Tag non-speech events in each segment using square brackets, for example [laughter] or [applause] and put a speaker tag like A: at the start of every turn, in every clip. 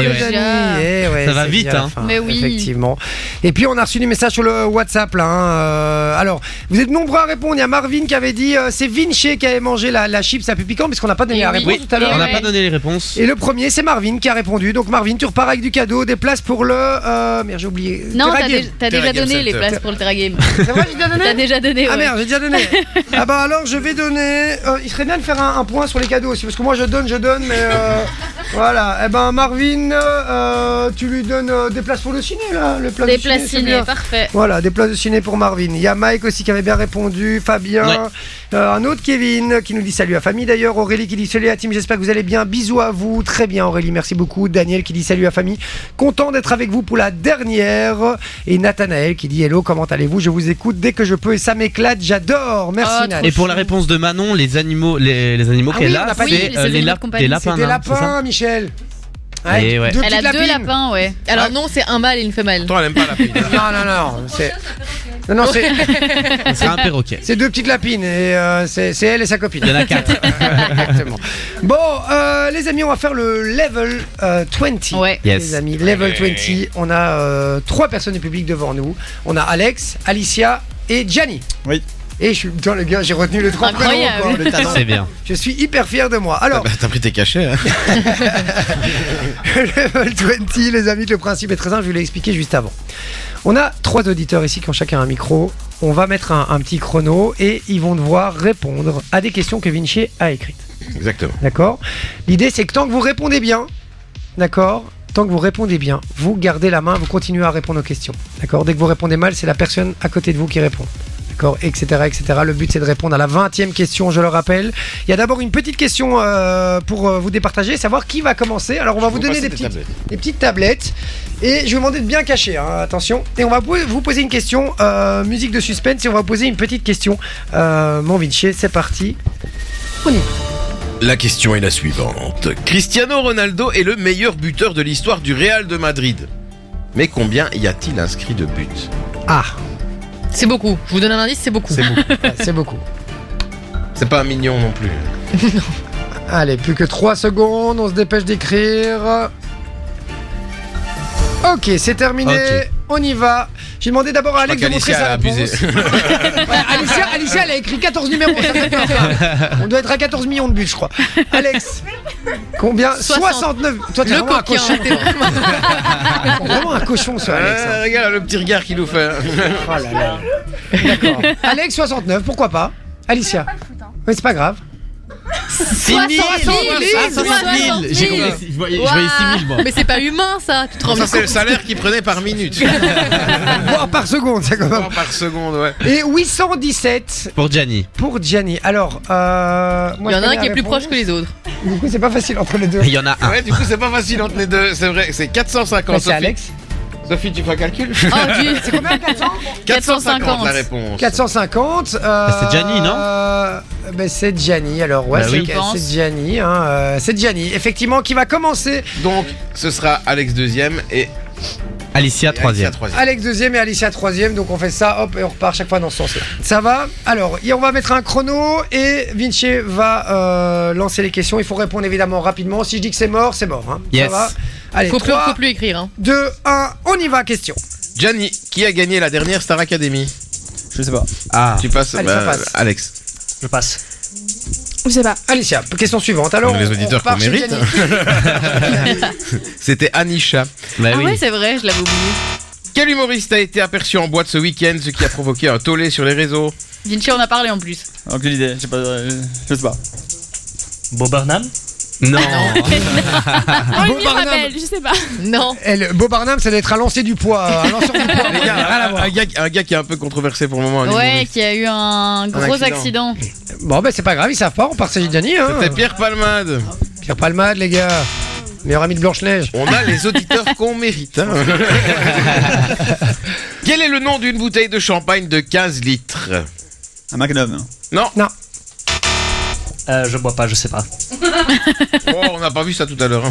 A: les
B: ouais.
A: amis.
B: Déjà.
A: Eh ouais,
C: Ça va
A: c'est bien
C: vite,
A: la
C: hein.
A: fin,
B: Mais oui.
A: Effectivement. Et puis on a reçu des messages sur le WhatsApp là. hein. Euh, alors, vous êtes nombreux à répondre. Il y a Marvin qui avait dit euh, c'est Vinci qui avait mangé la, la chips à piquant puisqu'on n'a pas donné
B: Et
A: la
B: oui.
A: réponse
C: Oui,
A: tout à l'heure.
C: on n'a
B: Ouais.
C: pas donné les réponses.
A: Et le premier, c'est Marvin qui a répondu. Donc Marvin, tu repars avec du cadeau, des places pour le. Euh, merde, j'ai oublié.
B: Non,
A: Terra
B: t'as
A: Game.
B: déjà, t'as déjà
D: Terra Game
B: donné les
D: Center.
B: places pour le Terra Game.
A: C'est vrai, j'ai déjà donné
B: T'as déjà donné,
A: Ah
B: ouais.
A: merde, j'ai
B: [laughs]
A: déjà donné. ah bah alors je vais donner. euh, il serait bien de faire un, un point sur les cadeaux aussi, parce que moi je donne, je donne,
B: [laughs]
A: mais euh, voilà. Eh ben Marvin, euh, tu lui donnes euh, des places pour le ciné là, le plat
B: Des
A: de ciné,
B: places
A: c'est
B: ciné,
A: bien.
B: parfait.
A: Voilà, des places de ciné pour Marvin. Il y a Mike aussi qui avait bien répondu, Fabien,
C: Ouais.
A: euh, un autre Kevin qui nous dit salut à famille d'ailleurs, Aurélie qui dit salut à Tim, j'espère que vous allez bien, bisous à vous, très bien Aurélie, merci beaucoup, Daniel qui dit salut à famille, content d'être avec vous pour la dernière, et Nathanaël qui dit hello, comment allez-vous, je vous écoute dès que je peux et ça m'éclate, j'adore, merci
B: Oh,
A: Nath.
C: Et pour la réponse de Manon, les animaux, les, les animaux
A: Ah
C: qu'elle
A: oui, on
C: a,
A: n'a pas dit.
B: Oui,
C: c'est euh,
B: les
C: les,
B: animaux de
C: lap-
B: compagnie.
C: des
A: C'est
C: lapins.
A: des
C: hein, c'est ça
A: lapins, Michel.
C: Et ouais.
A: deux
B: Elle
A: petites
B: a deux
A: lapines.
B: lapins, ouais. Alors
A: Ah.
B: non, c'est un mâle et une femelle.
D: Toi, elle aime pas la pizza.
A: Non, non, non, c'est... Non, non,
B: [laughs]
A: c'est,
C: c'est un perroquet.
A: c'est deux petites lapines et euh, c'est, c'est elle et sa copine.
C: Il y en a quatre. [laughs]
B: [laughs]
A: Exactement. Bon, euh, les amis, on va faire le level euh, 20.
B: Ouais.
A: Les
C: Yes.
A: amis, level
D: Allez.
A: 20. On a euh, trois personnes du public devant nous. On a Alex, Alicia et Gianni.
E: Oui.
A: Et je suis dans le gars, j'ai retenu le trois prénoms,
B: Incroyable.
A: quoi.
E: Le talent.
C: C'est bien. Ah
A: Je suis hyper fier de moi. Alors,
D: Bah, T'as pris tes cachets, hein.
C: bah.
A: [laughs] level 20, les amis, le principe est très simple, je vous l'ai expliqué juste avant. On a trois auditeurs ici qui ont chacun un micro. On va mettre un, un petit chrono et ils vont devoir répondre à des questions que Vinci a écrites.
D: Exactement.
A: D'accord L'idée, c'est que tant que vous répondez bien, d'accord Tant que vous répondez bien, vous gardez la main, vous continuez à répondre aux questions. D'accord Dès que vous répondez mal, c'est la personne à côté de vous qui répond. D'accord Etc. etc. Le but, c'est de répondre à la 20e question, je le rappelle. Il y a d'abord une petite question euh, pour euh, vous départager, savoir qui va commencer. Alors, on va vous, donner des petites, des petites tablettes. Et je vais vous demander de bien cacher, hein, attention. Et on va po- vous poser une question, euh, musique de suspense, et on va vous poser une petite question. Euh, mon Vinci, c'est parti.
D: La question est la suivante. Cristiano Ronaldo est le meilleur buteur de l'histoire du Real de Madrid. Mais combien y a-t-il inscrit de buts
A: Ah,
F: C'est beaucoup. Je vous donne un indice, c'est beaucoup.
A: [laughs]
D: C'est beaucoup.
A: ouais, c'est beaucoup.
D: C'est pas un mignon non plus.
A: Allez, plus que 3 secondes, on se dépêche d'écrire. Ok, c'est terminé,
C: Ok.
A: on y va. J'ai demandé d'abord à
D: Je crois
A: Alex de montrer
D: qu'Alicia
A: sa
D: a abusé.
A: réponse. Ouais, Alicia, Alicia, elle a écrit 14 numéros. ça fait peur, ça. on doit être à 14 millions de buts, je crois. Alex, combien
B: 60.
A: 69. Toi, t'es
F: Le
A: vraiment un
F: coquin. [laughs]
A: cochon. toi. vraiment un cochon, ce Alex. hein.
D: Ah, regarde le petit regard qu'il
A: [laughs]
D: nous fait.
A: Oh là là. D'accord. Alex, 69, pourquoi pas Alicia. Mais c'est pas hein? [laughs] grave.
C: 6 J'ai compris. Je voyais, je voyais 6 000 moi.
B: [laughs]
F: Mais c'est pas humain ça, tu te rends
D: Ça,
F: bien
D: c'est
F: compte
D: le salaire qu'il prenait
A: [laughs]
D: par minute.
A: Voire par seconde, ça quand même.
D: par seconde, ouais.
A: Et 817,
C: Pour Gianni.
A: pour Gianni. Alors, euh,
F: Il
A: moi,
F: y
A: je
F: en a
A: connais
F: un
A: la
F: qui est plus
A: réponse.
F: proche que
B: [laughs]
F: les autres.
A: Du coup, c'est pas facile entre les deux.
C: Il y en a un.
D: Ouais, du coup, c'est pas facile entre les deux. C'est vrai, c'est
A: Ah.
D: 450.
A: Bah, c'est
D: Sophie.
A: Alex. Ah,
D: Sophie, tu fais un calcul [laughs]
F: Oh,
B: Ah,
F: Dieu.
A: C'est combien 400
D: 450 la réponse.
A: 450.
C: Bah, c'est Gianni, non
A: euh, bah, C'est Gianni, alors ouais,
C: Bah
A: c'est
C: oui.
A: c'est Gianni. hein, euh, c'est Gianni, effectivement, qui va commencer.
D: Donc, ce sera Alex deuxième et
C: Alicia,
D: et Alexia
C: troisième.
D: troisième.
A: Alex deuxième et Alicia troisième, donc on fait ça, hop, et on repart chaque fois dans ce sens-là. Ça va Alors, et on va mettre un chrono et Vinci va euh, lancer les questions. Il faut répondre évidemment rapidement. Si je dis que c'est mort, c'est mort. hein. Ça
C: Yes.
A: va Allez,
F: Faut plus,
A: 3,
F: faut plus écrire. Hein.
A: 2, 1, on y va, question.
D: Gianni, qui a gagné la dernière Star Academy
E: Je sais pas.
C: Ah.
D: Tu passes, bah,
A: Allez, ça passe.
D: Alex.
E: Je passe.
G: Je sais pas.
A: Alicia, question suivante. Alors,
D: Comme les
A: on-
D: auditeurs
A: on repart
D: qu'on
A: chez
D: mérite.
A: Gianni.
D: C'était Anisha.
C: Bah
B: Ah ouais,
C: oui.
B: c'est vrai, je l'avais oublié.
D: Quel humoriste a été aperçu en boîte ce week-end, ce qui a provoqué un tollé sur les réseaux
B: Vinci en a parlé en plus.
E: Aucune idée. Je sais pas. euh, Je sais pas.
H: Bob Burnham
C: Non.
B: Ah,
G: Oh,
A: Beau
G: il me
A: Barnum.
G: rappelle, je sais pas.
F: Non.
A: Eh, le Beau Barnum, ça doit être un lancer du poids. euh, Un
G: [laughs]
A: lanceur du poids.
D: Ah, Les gars, un, un gars, un gars qui est un peu controversé pour le moment. un
B: Ouais,
D: humoriste.
B: qui a eu un gros
D: accident.
B: accident.
A: Bon, ben c'est pas grave, ils savent pas, on part chez Gianni. Hein.
D: C'était Pierre Palmade.
A: Pierre Palmade, les gars. Meilleur ami de Blanche-Neige.
D: On a les auditeurs qu'on mérite. hein. Quel est le nom d'une bouteille de champagne de 15 litres
E: Un magnum.
D: Non,
H: euh, Je bois pas, je sais pas.
D: hein. Oh, on n'a pas vu ça tout à l'heure.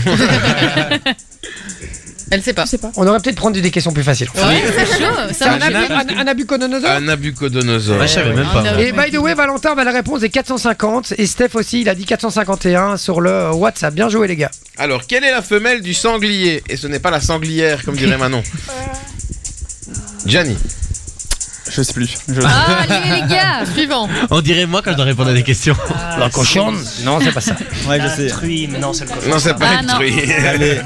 B: Elle sait pas.
G: Je sais pas.
A: On aurait peut-être prendre des questions plus faciles.
B: Ouais, c'est chaud. Ça
A: Un,
B: va
A: Nabu-
B: bien.
A: un, un Nabucodonosor
D: Un Nabucodonosor.
C: Ah, je savais même
B: Ah,
C: pas.
B: non.
A: Et by the way, Valentin, bah, la réponse est 450. Et Steph aussi, il a dit 451 sur le euh, WhatsApp. Bien joué, les gars.
D: Alors, quelle est la femelle du sanglier Et ce n'est pas la sanglière, comme dirait Manon. Gianni.
E: Je sais plus. Je-
F: Ah, allez, les gars, suivant.
C: On dirait moi quand je dois répondre à des questions.
B: Ah.
H: La
A: Non, c'est pas ça.
E: Ouais, je
H: La
E: sais.
H: truie, mais non, c'est le cochon.
D: Non, c'est pas
B: Ah,
D: une
B: non.
D: truie.
E: Allez.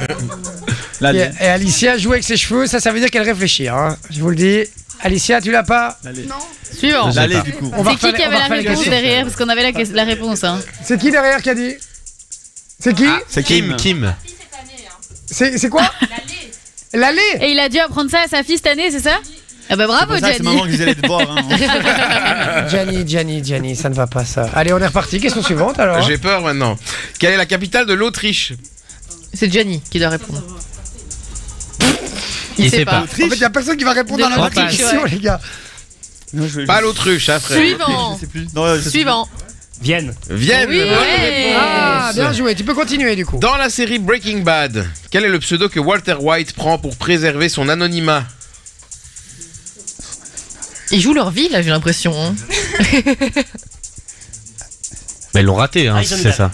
A: [laughs]
E: La
A: Et,
E: ligne.
A: et Alicia joue avec ses cheveux. Ça, ça veut dire qu'elle réfléchit. hein. Je vous le dis. Alicia, tu l'as pas
B: Suivant.
C: Je sais
E: L'allée
C: pas.
E: du coup.
A: On va
B: C'est qui
A: refaire-
B: qui
A: on
B: avait
A: va
B: la
A: refaire les
B: réponse
A: questions.
B: derrière Parce qu'on avait la, que- la réponse. Hein.
A: C'est qui derrière qui a dit C'est qui
E: C'est
C: Kim,
E: Kim.
C: Kim.
A: C'est c'est quoi L'allée
B: Et il a dû apprendre ça à sa fille cette année, c'est ça Ah bah
E: C'est
B: bravo,
E: pour ça que c'est
B: Gianni.
E: maman que vous allez te boire. Hein.
B: [laughs]
A: Gianni, Gianni, Gianni, ça ne va pas ça. Allez, on est reparti. Question suivante alors.
D: J'ai peur maintenant. Quelle est la capitale de l'Autriche
F: C'est Gianni qui doit répondre.
C: Il sait pas.
A: En fait, il n'y a personne qui va répondre dans la
F: De
A: bonne
F: l'Autriche,
A: question, les gars.
E: Non, je- je-
D: Pas l'autruche, hein, frère.
F: Suivant.
E: Je sais plus. Non, je sais
F: Suivant.
H: Vienne.
D: Vienne.
F: Oui,
D: bonne
F: ouais.
D: réponse.
A: Ah, bien joué. Tu peux continuer du coup.
D: Dans la série Breaking Bad, quel est le pseudo que Walter White prend pour préserver son
F: [laughs]
D: anonymat
F: Ils jouent leur vie, là, j'ai l'impression. hein.
C: Mais ils l'ont raté, hein,
H: Ah, ils
C: si
H: ont
C: c'est
H: une
C: ça.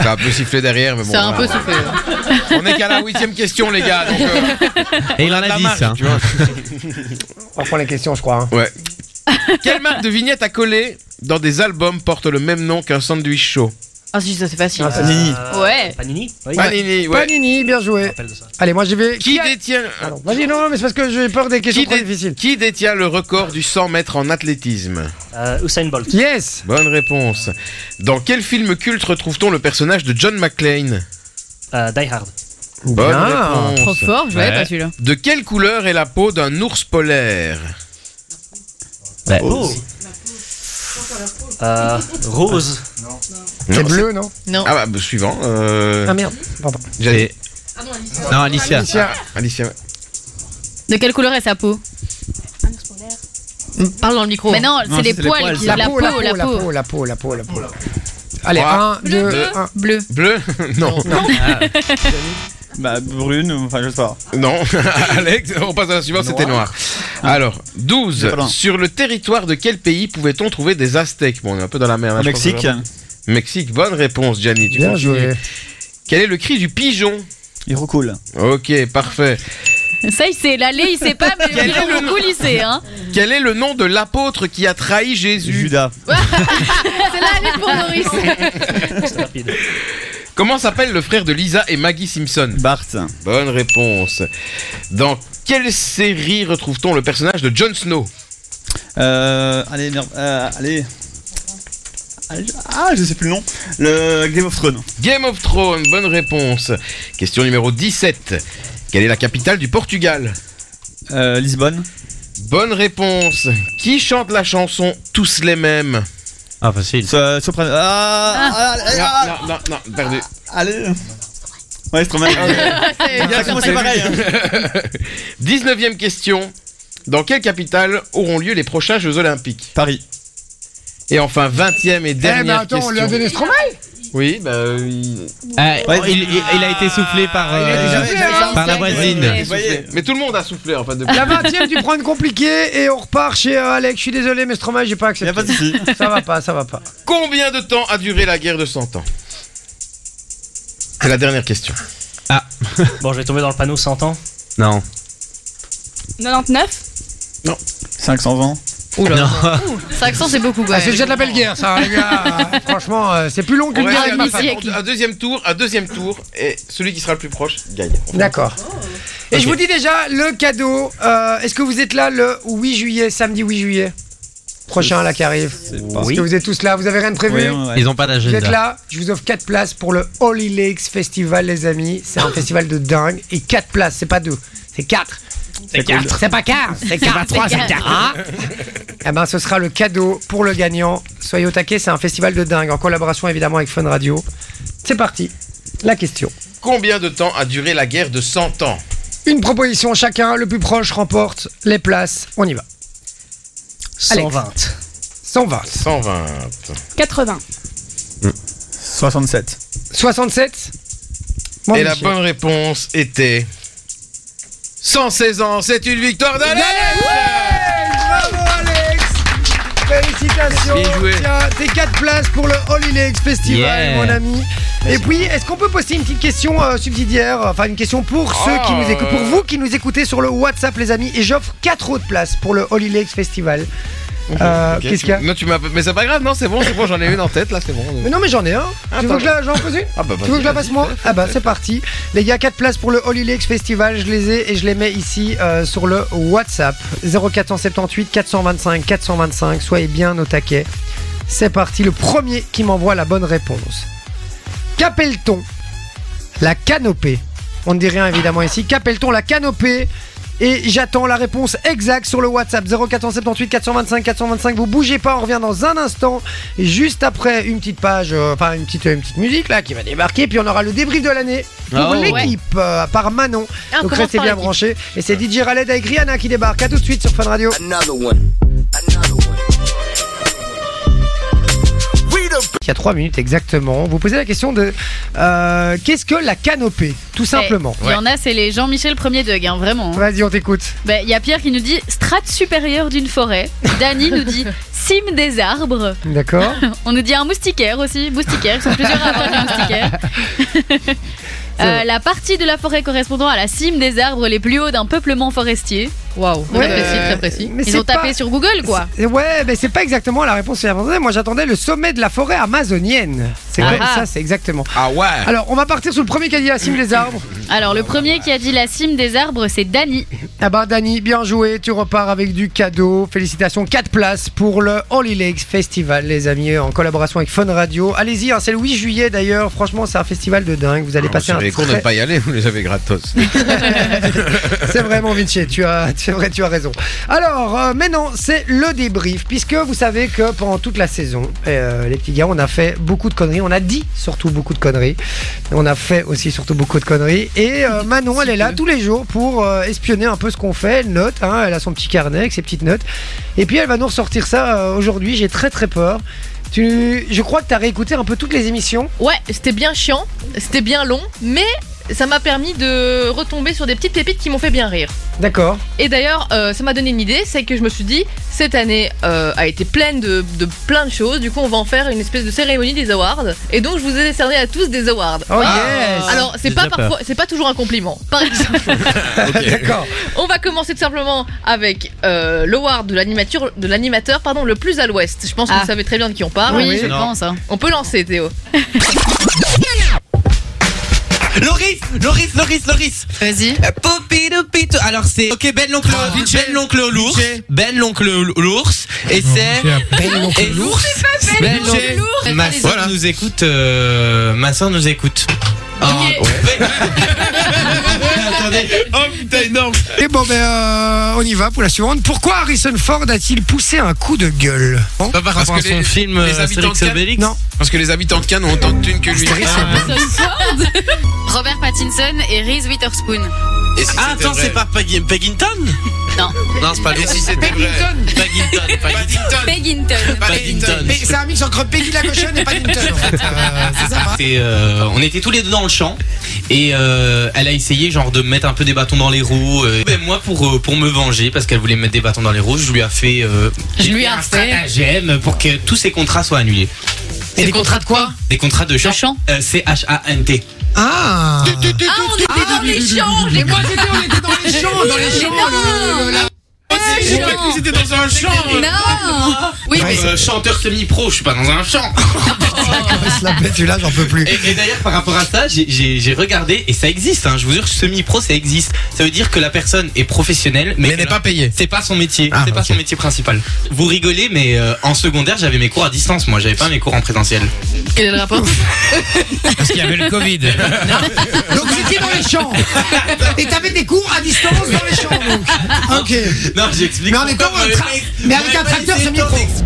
D: Ça a un peu sifflé derrière, mais bon.
F: C'est un peu
D: voilà.
F: soufflé. hein.
D: On est qu'à la huitième question, les gars. Donc, euh,
C: Et il en
D: de
C: a
D: la
C: 10,
D: marge,
C: hein.
D: tu vois.
A: On reprend les questions, je crois. hein.
D: Ouais. [laughs] Quelle marque de vignettes à coller dans des albums porte le même nom qu'un sandwich chaud
B: Ah si, ça c'est facile.
A: Ah, ça,
E: Nini.
H: Euh,
B: Ouais.
H: Panini Oui.
D: Panini, ouais.
A: Panini, bien joué.
H: Rappelle de ça.
A: Allez, moi j'y vais.
D: Qui
A: a-
D: détient
A: Ah non, Vas-y, non, non, mais c'est parce que j'ai peur des questions
D: qui,
A: trop
D: dé-
A: difficiles.
D: qui détient le record du 100 mètres en athlétisme
H: Euh, Usain Bolt.
A: Yes
D: Bonne réponse. Dans quel film culte retrouve-t-on le personnage de John McClane
H: Euh, Die Hard.
D: Bonne
A: Bien.
B: Trop
D: réponse.
B: fort, je l'avais
C: Ouais.
B: pas celui-là.
D: De quelle couleur est la peau d'un ours polaire
C: Ouais.
H: Oh. Euh, [laughs] Rose.
A: C'est
D: Non,
A: bleu, non
F: Non.
D: Ah bah, bah, suivant. euh,
A: Ah merde, pardon.
D: j'allais-
B: Ah
C: Non, Alicia.
A: Tiens,
D: Alicia. ouais.
B: De quelle couleur est sa peau
F: Parle dans le micro.
B: Mais non,
E: Non,
B: c'est les
E: c'est les
B: poils
E: poils,
B: qui
E: ça.
B: la, peau, la peau,
A: la peau, la peau, la peau, la peau. Allez,
D: Trois.
A: 1, 2, 1.
B: Bleu.
D: Bleu [laughs] Non.
E: plus. Bah, brune, enfin, Ah, je sais pas.
D: Non. [laughs] Alex, on passe à la suivante, c'était noir. Alors, 12.
E: C'est pas loin.
D: Sur le territoire de quel pays pouvait-on trouver des Aztèques Bon, on est un peu dans la mer. hein,
E: Au
D: je pense
E: Mexique,
D: vraiment. Mexique, bonne réponse, Gianni. Tu
A: Bien
D: continues.
A: joué.
D: Quel est le cri du pigeon
E: il recoule.
D: Ok, parfait.
B: Ça, il sait. L'aller, il sait pas, mais
D: Quel
B: le
D: est le
B: pigeon
D: nom
B: beaucoup, il sait. Hein.
D: Quel est le nom de l'apôtre qui a trahi Jésus
E: Judas.
B: C'est l'aller pour Maurice.
H: C'est rapide.
D: Comment s'appelle le frère de Lisa et Maggie Simpson
E: Bart.
D: Bonne réponse. Dans quelle série retrouve-t-on le personnage de Jon Snow
E: Euh, allez, merde. Euh, allez. Allez, je- Ah, je sais plus le nom. Le Game of Thrones.
D: Game of Thrones, bonne réponse. Question numéro 17. Quelle est la capitale du Portugal
E: Euh, Lisbonne.
D: Bonne réponse. Qui chante la chanson Tous les mêmes
C: Ah, facile.
E: So- Soprano. Ah, allez,
D: Non,
E: ah,
D: non, non, non, perdu.
E: allez. Ah, Ouais, c'est trop mal. Ça commence pareil. hein.
D: [laughs] 19e question. Dans quelle capitale auront lieu les prochains Jeux Olympiques
E: Paris.
D: Et enfin, 20e et dernière
A: Eh ben attends, on lui a
D: question.
A: donné Stromae
D: Oui, bah oui.
C: Ah,
E: Ouais.
C: il, il- il a été soufflé par,
A: il a été
C: euh,
A: soufflé,
E: hein.
C: par la
E: Ouais,
C: voisine.
E: vous voyez.
D: Mais tout le monde a soufflé en fait depuis.
A: La 20 e tu prends une compliquée et on repart chez euh, Alex. Je suis désolé, mais Stromae, j'ai pas
E: Y a pas
A: accepté.
E: de [laughs] soucis.
A: Ça va pas, ça va pas.
D: [laughs] Combien de temps a duré la guerre de 100 ans C'est la dernière question.
H: Bon, je vais tomber dans le panneau 100 ans.
C: Non.
G: 99
E: 520.
C: Non.
F: 500, c'est beaucoup, quoi.
A: Ah, c'est déjà de la belle guerre, ça, les gars. [laughs] Euh, Franchement, euh, c'est plus long
D: On
A: qu'une
D: va
A: guerre
D: faire
A: avec ma femme.
D: un, un deuxième tour, un deuxième tour, et celui qui sera le plus proche gagne.
A: D'accord. Et je vous dis déjà le cadeau. euh, Est-ce que vous êtes là le 8 juillet, samedi 8 juillet Prochain, là, qui arrive.
E: C'est
A: Est-ce
E: Oui.
A: que vous êtes tous là Vous avez rien de prévu
E: Ouais, ouais.
C: Ils ont pas
A: Vous êtes
C: d'agenda.
A: là, je vous offre 4 places pour le Holy Lakes Festival, les amis. C'est [laughs] un festival de dingue. Et 4 places, c'est pas 2, c'est 4. C'est 4. C'est pas 4, c'est 4. pas 3, c'est 4. Eh ben, ce sera le cadeau pour le gagnant. Soyez au taquet, c'est un festival de dingue, en collaboration évidemment avec Fun Radio. C'est parti, la question.
D: Combien de temps a duré la guerre de 100 ans
A: Une proposition chacun, le plus proche remporte les places. On y va.
H: 120.
A: 120.
D: 120.
G: 80
E: 67.
A: 67 Moi,
D: Et la
A: Michel.
D: bonne réponse était 116 ans, c'est une victoire d'Alex
A: Bravo Alex Félicitations
D: Bien joué.
A: Tiens, tes 4 places pour le Holy Legs Festival,
I: Yeah.
A: mon ami. Et puis, est-ce qu'on peut poster une petite question euh, subsidiaire Enfin, une question pour ceux qui nous écoutent,
D: euh.
A: pour vous qui nous écoutez sur le WhatsApp, les amis. Et j'offre 4 autres places pour le Holy Legs Festival. Euh,
D: Ok,
A: Qu'est-ce
D: tu-
A: qu'il y a
D: Non, tu m'as- Mais c'est pas grave, non, c'est bon, c'est bon, j'en ai une en tête, là, c'est bon.
A: Mais non, mais j'en ai un. tu veux
D: Attends.
A: que je la- j'en pose une
D: Ah
A: Tu
D: bah,
A: veux que
D: vas-y.
A: je la passe moi Ah bah c'est parti. Les gars, 4 places pour le Holy Lakes Festival, je les ai et je les mets ici euh, sur le WhatsApp. 0478 425 425, soyez bien au taquet. C'est parti, le premier qui m'envoie la bonne réponse. Qu'appelle-t-on la canopée On ne dit rien évidemment ici. Qu'appelle-t-on la canopée et j'attends la réponse exacte sur le WhatsApp 0478 425 425. Vous bougez pas, on revient dans un instant. Et juste après une petite page, euh, enfin une petite, une petite musique là qui va débarquer. Puis on aura le débrief de l'année pour
I: Oh.
A: l'équipe euh, par Manon.
F: Ah, on
A: Donc
F: commence
A: restez
F: par
A: bien
F: l'équipe.
A: branchés. Et c'est DJ Raled avec Rihanna qui débarque. À tout de suite sur Fun Radio.
J: Another one. Another one. We the
A: Il y a 3 minutes exactement. Vous posez la question de euh, qu'est-ce que la canopée Tout simplement.
K: Il y en a, c'est les Jean-Michel premier Doug, hein, vraiment. hein.
A: Vas-y, on t'écoute.
K: Bah, Il y a Pierre qui nous dit strate supérieure d'une forêt. Dany nous dit cime des arbres.
A: D'accord.
K: On nous dit un moustiquaire aussi. Moustiquaire, ils sont plusieurs à avoir des moustiquaires.
A: [laughs]
K: Euh, la partie de la forêt correspondant à la cime des arbres les plus hauts d'un peuplement forestier.
F: Waouh, très
A: Ouais,
F: précis,
A: euh,
F: très précis.
A: mais
K: Ils
A: c'est
K: ont tapé
A: pas-
K: sur Google quoi.
A: C'est- Ouais, mais c'est pas exactement la réponse que j'attendais. Moi, j'attendais le sommet de la forêt amazonienne. C'est
K: Ah.
A: comme ça, c'est exactement.
D: Ah ouais
A: Alors, on va partir sur le premier qui a dit la cime des arbres.
K: Alors le premier qui a dit la cime des arbres, c'est Dany.
A: Ah bah, Dani, bien joué. Tu repars avec du cadeau. Félicitations. 4 places pour le Holy Lakes Festival, les amis, en collaboration avec Fun Radio. Allez-y, hein, c'est le 8 juillet d'ailleurs. Franchement, c'est un festival de dingue. Vous allez
D: Ah,
A: passer
D: vous
A: un
D: savez qu'on ne
A: très-
D: pas y aller, vous les avez gratos.
A: C'est vrai, mon Vinci, tu as, c'est vrai, tu as raison. Alors, euh, maintenant, c'est le débrief, puisque vous savez que pendant toute la saison, euh, les petits gars, on a fait beaucoup de conneries, on a dit surtout beaucoup de conneries, on a fait aussi surtout beaucoup de conneries, et euh, Manon, elle est là tous les jours pour euh, espionner un peu ce qu'on fait, elle note, hein, elle a son petit carnet avec ses petites notes, et puis elle va nous ressortir ça euh, aujourd'hui, j'ai très très peur. Tu, je crois que tu as réécouté un peu toutes les émissions.
F: Ouais, c'était bien chiant, c'était bien long, mais ça m'a permis de retomber sur des petites pépites qui m'ont fait bien rire.
A: D'accord.
F: Et d'ailleurs, euh, ça m'a donné une idée, c'est que je me suis dit, cette année euh, a été pleine de, de plein de choses, du coup on va en faire une espèce de cérémonie des awards. Et donc je vous ai décerné à tous des awards.
A: Oh
F: Euh, Alors c'est
I: Ah, J'ai
F: pas
I: déjà
F: parfois, c'est pas toujours un compliment.
K: [laughs]
F: Par exemple,
A: yes. [laughs] D'accord.
F: on va commencer tout simplement avec euh, l'award de l'animateur, de l'animateur, pardon, le plus à l'ouest. Je pense que
K: Ah.
F: vous savez très bien de qui on parle.
K: oui, je
I: Ah non.
K: pense. hein.
F: On peut lancer, Théo.
C: Loris, Loris, Loris, Loris.
F: Vas-y.
C: Euh, Poupidou, pitou. Alors c'est ok Ben l'oncle Ben l'oncle l'ours Ben l'oncle l'ours et c'est et l'ours Ben
F: l'oncle l'ours.
C: ma soeur
D: Voilà.
C: nous écoute euh, ma soeur nous écoute
F: Ok.
C: ouais. Attendez oh putain énorme
A: Et bon, ben, euh, on y va pour la suivante. Pourquoi Harrison Ford a-t-il poussé un coup de gueule Bon,
D: Pas
C: parce que son
D: les,
C: film euh,
D: habitants
C: Astérix
D: de Cannes-
C: Obélix
A: Non.
D: parce que les habitants de Cannes ont autant de thunes que lui.
K: Robert Pattinson et Reese Witherspoon.
D: Et si
C: ah
D: c'était
C: attends
D: vrai
C: c'est pas Peggy- Peggington
K: Non.
C: non c'est pas
D: Et
C: l'ours
D: si c'était vrai
C: Peggington
D: [laughs]
C: Peggington.
D: Paddington
K: Peggington.
C: Paddington.
A: Mais C'est un mix entre Peggy la cochonne et Paddington. en fait. Euh, c'est sympa.
C: Et, euh, on était tous les deux dans le champ et euh, elle a essayé genre de me mettre un peu des bâtons dans les roues. euh. Ben, moi pour euh, pour me venger parce qu'elle voulait me mettre des bâtons dans les roues, je lui ai fait euh,
F: Je
C: j'ai
F: lui ai
C: fait un
F: fait.
C: stratagème pour que tous ces contrats soient annulés.
F: C'est des contrats de quoi
C: Des contrats de chant.
K: chant.
C: Euh, C H A N T.
A: Ah
F: Ah, on était dans les champs. j'ai-
A: moi j'étais, on était dans les champs, dans les champs. le- le- la-
C: Ils étaient dans un champ. euh,
F: Non Oui, mais
C: chanteur semi-pro, je suis pas dans un champ.
A: Elle se la pète, celui-là, j'en peux plus.
C: Et, et d'ailleurs, par rapport à ça, j'ai- j'ai j'ai regardé et ça existe. hein, je vous jure, semi-pro, ça existe. Ça veut dire que la personne est professionnelle, mais,
D: Mais n'est
C: qu'elle-
D: pas payé.
C: C'est pas son métier,
D: Ah,
C: c'est pas
D: ok.
C: son métier principal. Vous rigolez, mais euh, en secondaire, j'avais mes cours à distance, moi, j'avais pas mes cours en présentiel.
F: quel est le rapport
D: Parce qu'il y avait le Covid.
A: Donc j'étais dans les champs. Et t'avais des cours à distance dans les champs, donc. Ok.
C: Non, j'explique.
A: Mais en étant
C: pourquoi,
A: un tra-
C: mec,
A: mais avec un
C: j'aurais pas
A: tracteur
C: laissé le temps
A: semi-pro.
C: d'expliquer.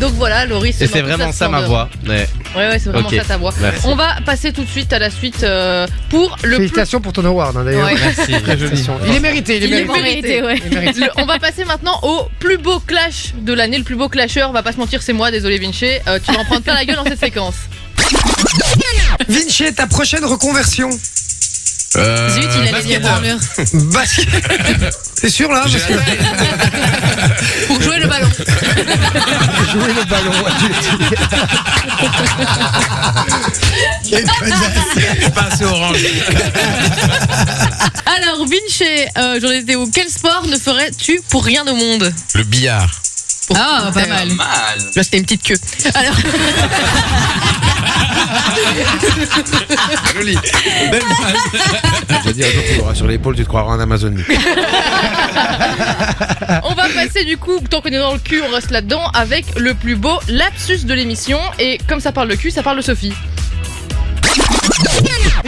F: Donc voilà, Laurie,
I: Et c'est vraiment ça ma voix. Ouais.
F: Ouais, ouais, c'est vraiment
I: Ok,
F: ça ta voix.
I: merci.
F: On va passer tout de suite à la suite euh, pour le plus.
A: Félicitations pour ton award, hein, d'ailleurs.
F: Ouais.
I: Merci.
A: Félicitations. Il est mérité, il est
F: Il est
A: mérité.
F: mérité,
K: ouais.
A: Il est mérité.
F: Le- on va passer maintenant au plus beau clash de l'année, le plus beau clasheur. On va pas se mentir, c'est moi, désolé Vinci. Euh, tu vas en prendre plein la gueule dans cette séquence.
A: Vinci, ta prochaine reconversion.
D: Euh,
B: Zut, il allait dire
D: basketteur.
B: branleur.
A: Basket. Bah, C'est sûr là parce que-
F: Pour jouer le ballon.
A: Jouer le ballon.
C: [laughs]
A: ouais, tu l'as dit.
G: Quelle connasse
J: Passe orange.
F: Alors, Vinci, euh, journée vidéo, quel sport ne ferais-tu pour rien au monde
D: Le billard.
F: Ah, pas mal.
J: Mal.
F: Là, c'était une petite queue. Alors,
D: Joli. Belle [laughs] phrase. Je dit un jour, tu l'auras sur l'épaule, tu te croiras en Amazonie.
F: on va passer du coup, tant qu'on est dans le cul, on reste là-dedans avec le plus beau lapsus de l'émission. Et comme ça parle le cul, ça parle de Sophie.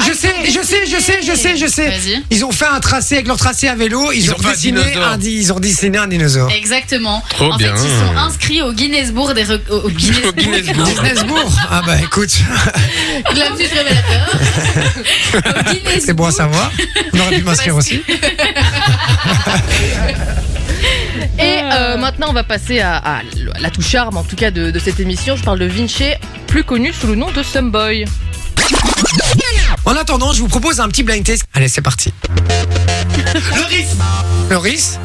A: Je sais, je sais, je sais, je sais, je sais.
B: Vas-y.
A: Ils ont fait un tracé avec leur tracé à vélo. Ils,
D: Ils
A: ont,
D: ont fait un
A: dessiné
D: dinosaure.
A: un, di- ils ont dessiné un dinosaure.
B: Exactement.
D: Trop
B: en
D: bien.
B: fait, ils
J: Mmh.
B: sont inscrits au Guinness Bourg des rec- au- au Guinness
F: [laughs]
D: Au Guinness
B: Book.
D: Book.
A: Disneybourg Ah bah écoute,
F: Lapsus révélateur. [laughs]
B: Au Guinness
A: c'est bon à savoir. On aurait pu m'inscrire
B: Parce
A: aussi.
F: Et euh, maintenant, on va passer à, à la touche charme, en tout cas de, de cette émission. Je parle de Vinci, plus connu sous le nom de Sumboy.
A: En attendant, je vous propose un petit blind test. Allez, c'est parti.
J: Laurie.
A: Loris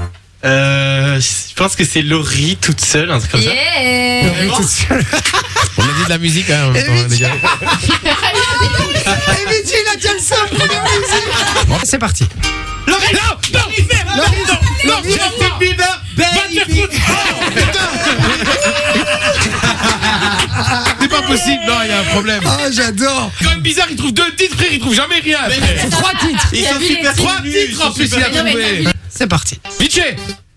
J: Euh, je pense que c'est Laurie toute seule, un truc comme ça.
B: Yeah
A: Loris toute seule.
D: On a dit de la musique, hein, en même temps, hein, les gars.
A: Bon, C'est parti.
J: Laurie, non, non, non, non, non, non, non,
D: C'est pas possible, non, il y a un problème.
A: Oh, j'adore.
J: C'est quand même bizarre, il trouve deux titres, frère, il trouve jamais rien.
A: Trois titres.
J: Ils
B: T'as
J: sont
B: vu les
J: super
B: titres
J: trois titres en plus, il a
B: Mais non, mais t'as vu
J: trouvé.
B: les-
A: C'est parti.
J: Vichy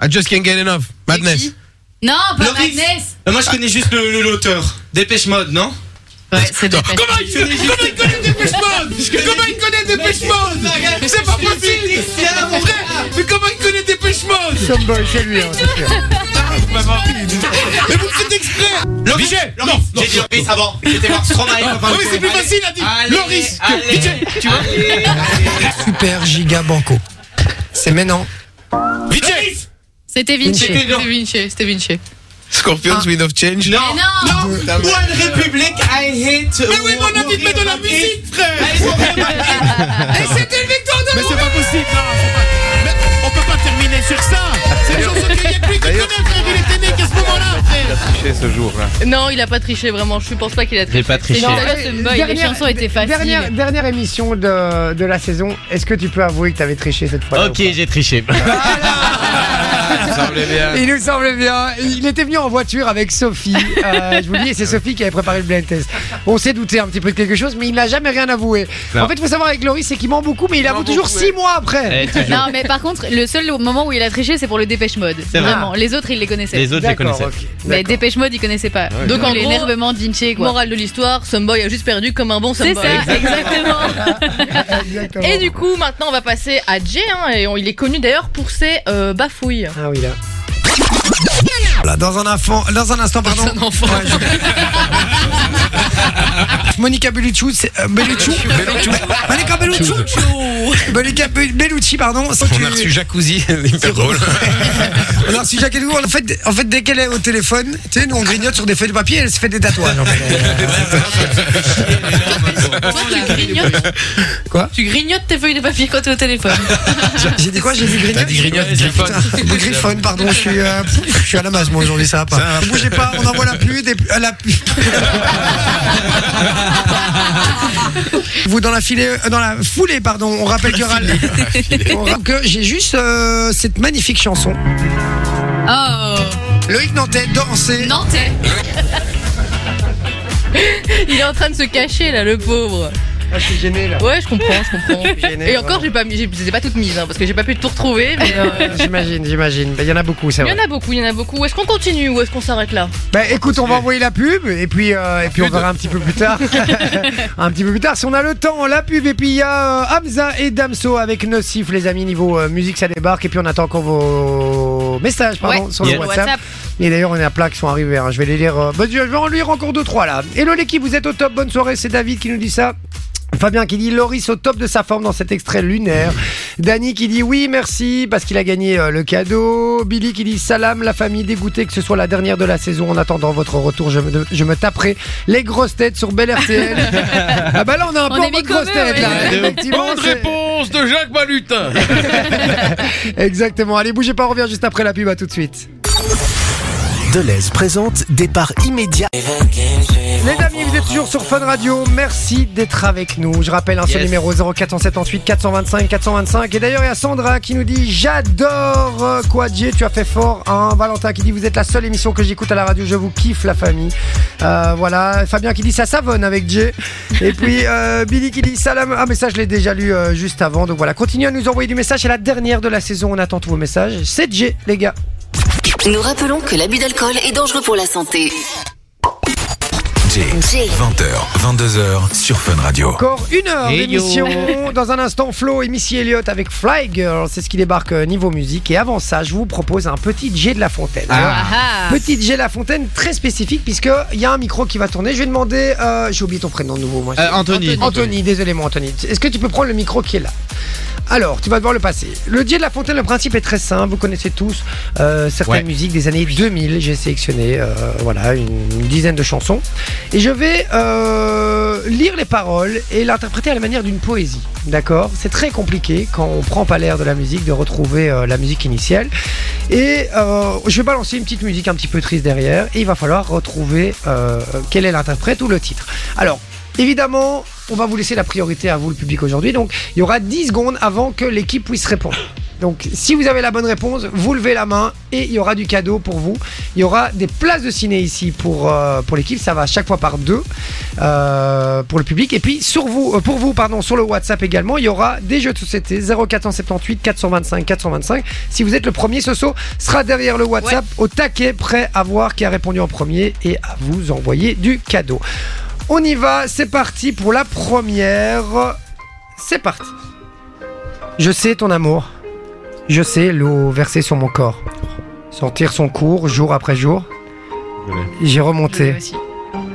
D: I just can't get enough. Madness.
B: qui Non, pas
J: Loris.
B: Magnès
J: Euh, Moi je connais juste le- le- l'auteur. Dépêche mode, non
B: Ouais, c'est des
J: Comment il connaît Comment il connaît Dépêche mode Comment il connaît Dépêche mode C'est pas possible Mon frère, Mais comment il connaît Dépêche mode
A: Someboy, c'est lui.
J: Mais vous le faites exprès Loris Non, non,
L: J'ai dit Loris avant. J'étais voir Stromae. copain
J: Ah
L: de
J: oui, c'est plus
L: Stromae.
J: facile à dire
L: Allez,
J: Loris que
L: allez,
J: Vichy Tu vois
A: Super giga banco. C'est maintenant.
J: Vichy
F: C'était Vinci.
A: C'était
F: C'était Vinci. C'était Vinci.
D: Scorpions, Wind of Change.
L: Non,
B: Non
L: non, One Republic, I hate.
J: Mais oui, mon ami, mets de la musique, frère Et
F: [laughs]
J: c'était une victoire de Mais c'est pas possible, non faut pas- Mais On peut pas terminer sur ça C'est une chanson qu'il n'y a plus que connaît, frère Il était né qu'à ce moment-là, frère
L: ce jour-là.
D: hein.
F: Non, il a pas triché vraiment. Je pense pas qu'il a triché.
J: J'ai pas triché.
B: Non, là, Sumboy, les chansons étaient faciles.
A: Dernière, dernière émission de, de la saison. Est-ce que tu peux avouer que t'avais triché cette fois
J: j'ai triché. Euh.
A: Il nous semble bien. Il était venu en voiture avec Sophie. Euh, je vous le dis, et c'est Sophie qui avait préparé le blind test. On s'est douté un petit peu de quelque chose, mais il n'a jamais rien avoué.
J: Non.
A: En fait, il faut savoir avec Laurie, c'est qu'il ment beaucoup, mais il, avoue
L: ment
A: toujours
L: beaucoup,
A: 6
L: ouais.
A: mois
J: Eh,
A: après.
B: Non, mais par contre, le seul moment où il a triché, c'est pour le Dépêche Mode.
J: C'est vrai.
B: Vraiment. Les autres, il les connaissait.
J: autres,
A: D'accord, ok.
B: Mais
A: D'accord.
B: Dépêche Mode, il connaissait pas.
D: Ouais,
B: Donc,
F: d'accord.
B: en l'énervement de Vinci, quoi.
F: Morale de l'histoire, Sumboy a juste perdu comme un bon
B: C'est
F: Sumboy.
B: ça, exactement.
F: [laughs]
A: Exactement.
F: Et du coup, maintenant, on va passer à Jay. hein, et on- il est connu d'ailleurs pour ses euh, bafouilles.
A: Ah oui, là. Là, dans un, enfant, dans un instant, pardon. Ouais, je- [laughs] Monica Bellucci, c'est- euh, Bellucci Monica Bellucci Monica Be- Bellucci, pardon. c'est
D: On
A: que-
D: a reçu Jacuzzi, hyper drôle.
A: Alors si Jacques Edouard, en fait, en fait, dès qu'elle est au téléphone, tu sais, nous on grignote sur des feuilles de papier, elle se fait des tatouages. En fait.
F: Toi, tu grignotes.
A: Quoi
F: Tu grignotes tes feuilles de papier quand t'es au téléphone.
A: J'ai dit quoi J'ai dit
D: T'as
A: grignote
D: dit grignote,
A: Putain,
D: griffonne.
A: le griffon, pardon, je suis, euh, pff, je suis à la masse moi aujourd'hui, ça va pas. Bougez pas, on envoie la pluie, des, euh, la pluie. Vous dans la filée, euh, dans la foulée, pardon. On rappelle qu'il y aura le- on rappelle que j'ai juste euh, cette magnifique chanson.
B: Oh.
A: Loïc Nantais danser.
B: Nantais.
F: [laughs] Il est en train de se cacher, là, le pauvre.
A: Ah, je suis gêné là.
F: Ouais, je comprends, je comprends.
A: [laughs] gêné,
F: Et encore,
A: vraiment.
F: j'ai pas, mis- j'ai- je les ai pas toutes mises, hein, parce que j'ai pas pu tout retrouver. Mais euh,
A: J'imagine, j'imagine. Ben, Il y en a beaucoup, c'est
F: il y en a beaucoup, il y en a beaucoup. Est-ce qu'on continue ou est-ce qu'on s'arrête là
A: Bah écoute, on va envoyer la pub et puis, euh, et puis on verra un petit peu plus tard. un petit peu plus tard, si on a le temps, la pub. Et puis il y a euh, Hamza et Damso avec Nocif, les amis, niveau euh, musique, ça débarque. Et puis on attend encore vos messages pardon, sur le
B: Sur
A: WhatsApp. Et d'ailleurs, on a plein qui sont arrivés. hein. Je vais les lire. euh, bah, je vais en lire encore deux, trois là. Hello l'équipe, vous êtes au top. Bonne soirée, c'est David qui nous dit ça. Fabien qui dit Loris au top de sa forme dans cet extrait lunaire. Dany qui dit oui merci parce qu'il a gagné euh, le cadeau. Billy qui dit salam la famille dégoûtée que ce soit la dernière de la saison. En attendant votre retour, je me, je me taperai les grosses têtes sur Bel RTL.
D: [laughs]
A: ah bah là on a un peu
D: est
A: en mode
D: mis
A: grosses
D: comme eux,
A: têtes
D: ouais.
A: là.
D: Bonne
A: Effectivement, c'est-
D: réponse de Jacques [laughs] Malutin.
A: Exactement. Allez bougez pas, on revient juste après la pub à tout de suite.
M: Deleuze présente départ immédiat.
A: Les amis, vous êtes toujours sur Fun Radio. Merci d'être avec nous. Je rappelle un seul
M: Yes.
A: numéro 0478 425 425. Et d'ailleurs, il y a Sandra qui nous dit J'adore euh, Quadjé, tu as fait fort. Hein. Valentin qui dit Vous êtes la seule émission que j'écoute à la radio. Je vous kiffe, la famille. Euh, voilà. Fabien qui dit Ça savonne avec Jay. Et puis euh, Billy qui dit Salam. Ah, mais ça, je l'ai déjà lu euh, juste avant. Donc voilà, continuez à nous envoyer du message. C'est la dernière de la saison. On attend tous vos messages. C'est Jay, les gars.
N: Nous rappelons que l'abus d'alcool est dangereux pour la santé.
O: J. 20h, 22h sur Fun Radio.
A: Encore une heure
O: Hey yo.
A: d'émission. Dans un instant, Flo et Missy Elliott avec Fly Girl. C'est ce qui débarque euh, niveau musique. Et avant ça, je vous propose un petit jet de la fontaine.
F: Ah. Ah.
A: Petit jet de la fontaine très spécifique puisque il y a un micro qui va tourner. Je vais demander. euh, J'ai oublié ton prénom de nouveau. Moi.
C: Euh, Anthony.
A: Anthony. Anthony, désolé moi Anthony. Est-ce que tu peux prendre le micro qui est là alors, tu vas devoir le passer. Le jet de la fontaine, le principe est très simple. Vous connaissez tous euh, certaines
C: Ouais.
A: musiques des années 2000. J'ai sélectionné euh, voilà, une, une dizaine de chansons. Et je vais euh, lire les paroles et l'interpréter à la manière d'une poésie. D'accord C'est très compliqué quand on prend pas l'air de la musique de retrouver euh, la musique initiale. Et euh, je vais balancer une petite musique un petit peu triste derrière. Et il va falloir retrouver euh, quel est l'interprète ou le titre. Alors, Évidemment, on va vous laisser la priorité à vous, le public, aujourd'hui. Donc, il y aura 10 secondes avant que l'équipe puisse répondre. Donc, si vous avez la bonne réponse, vous levez la main et il y aura du cadeau pour vous. Il y aura des places de ciné ici pour, euh, pour l'équipe. Ça va à chaque fois par deux euh, pour le public. Et puis, sur vous, euh, pour vous, pardon, sur le WhatsApp également, il y aura des jeux de société 0478 425 425. Si vous êtes le premier, Soso sera derrière le WhatsApp au taquet, prêt à voir qui a répondu en premier et à vous envoyer du cadeau. On y va, c'est parti pour la première. C'est parti. Je sais ton amour. Je sais l'eau versée sur mon corps. Sentir son cours jour après jour. J'ai remonté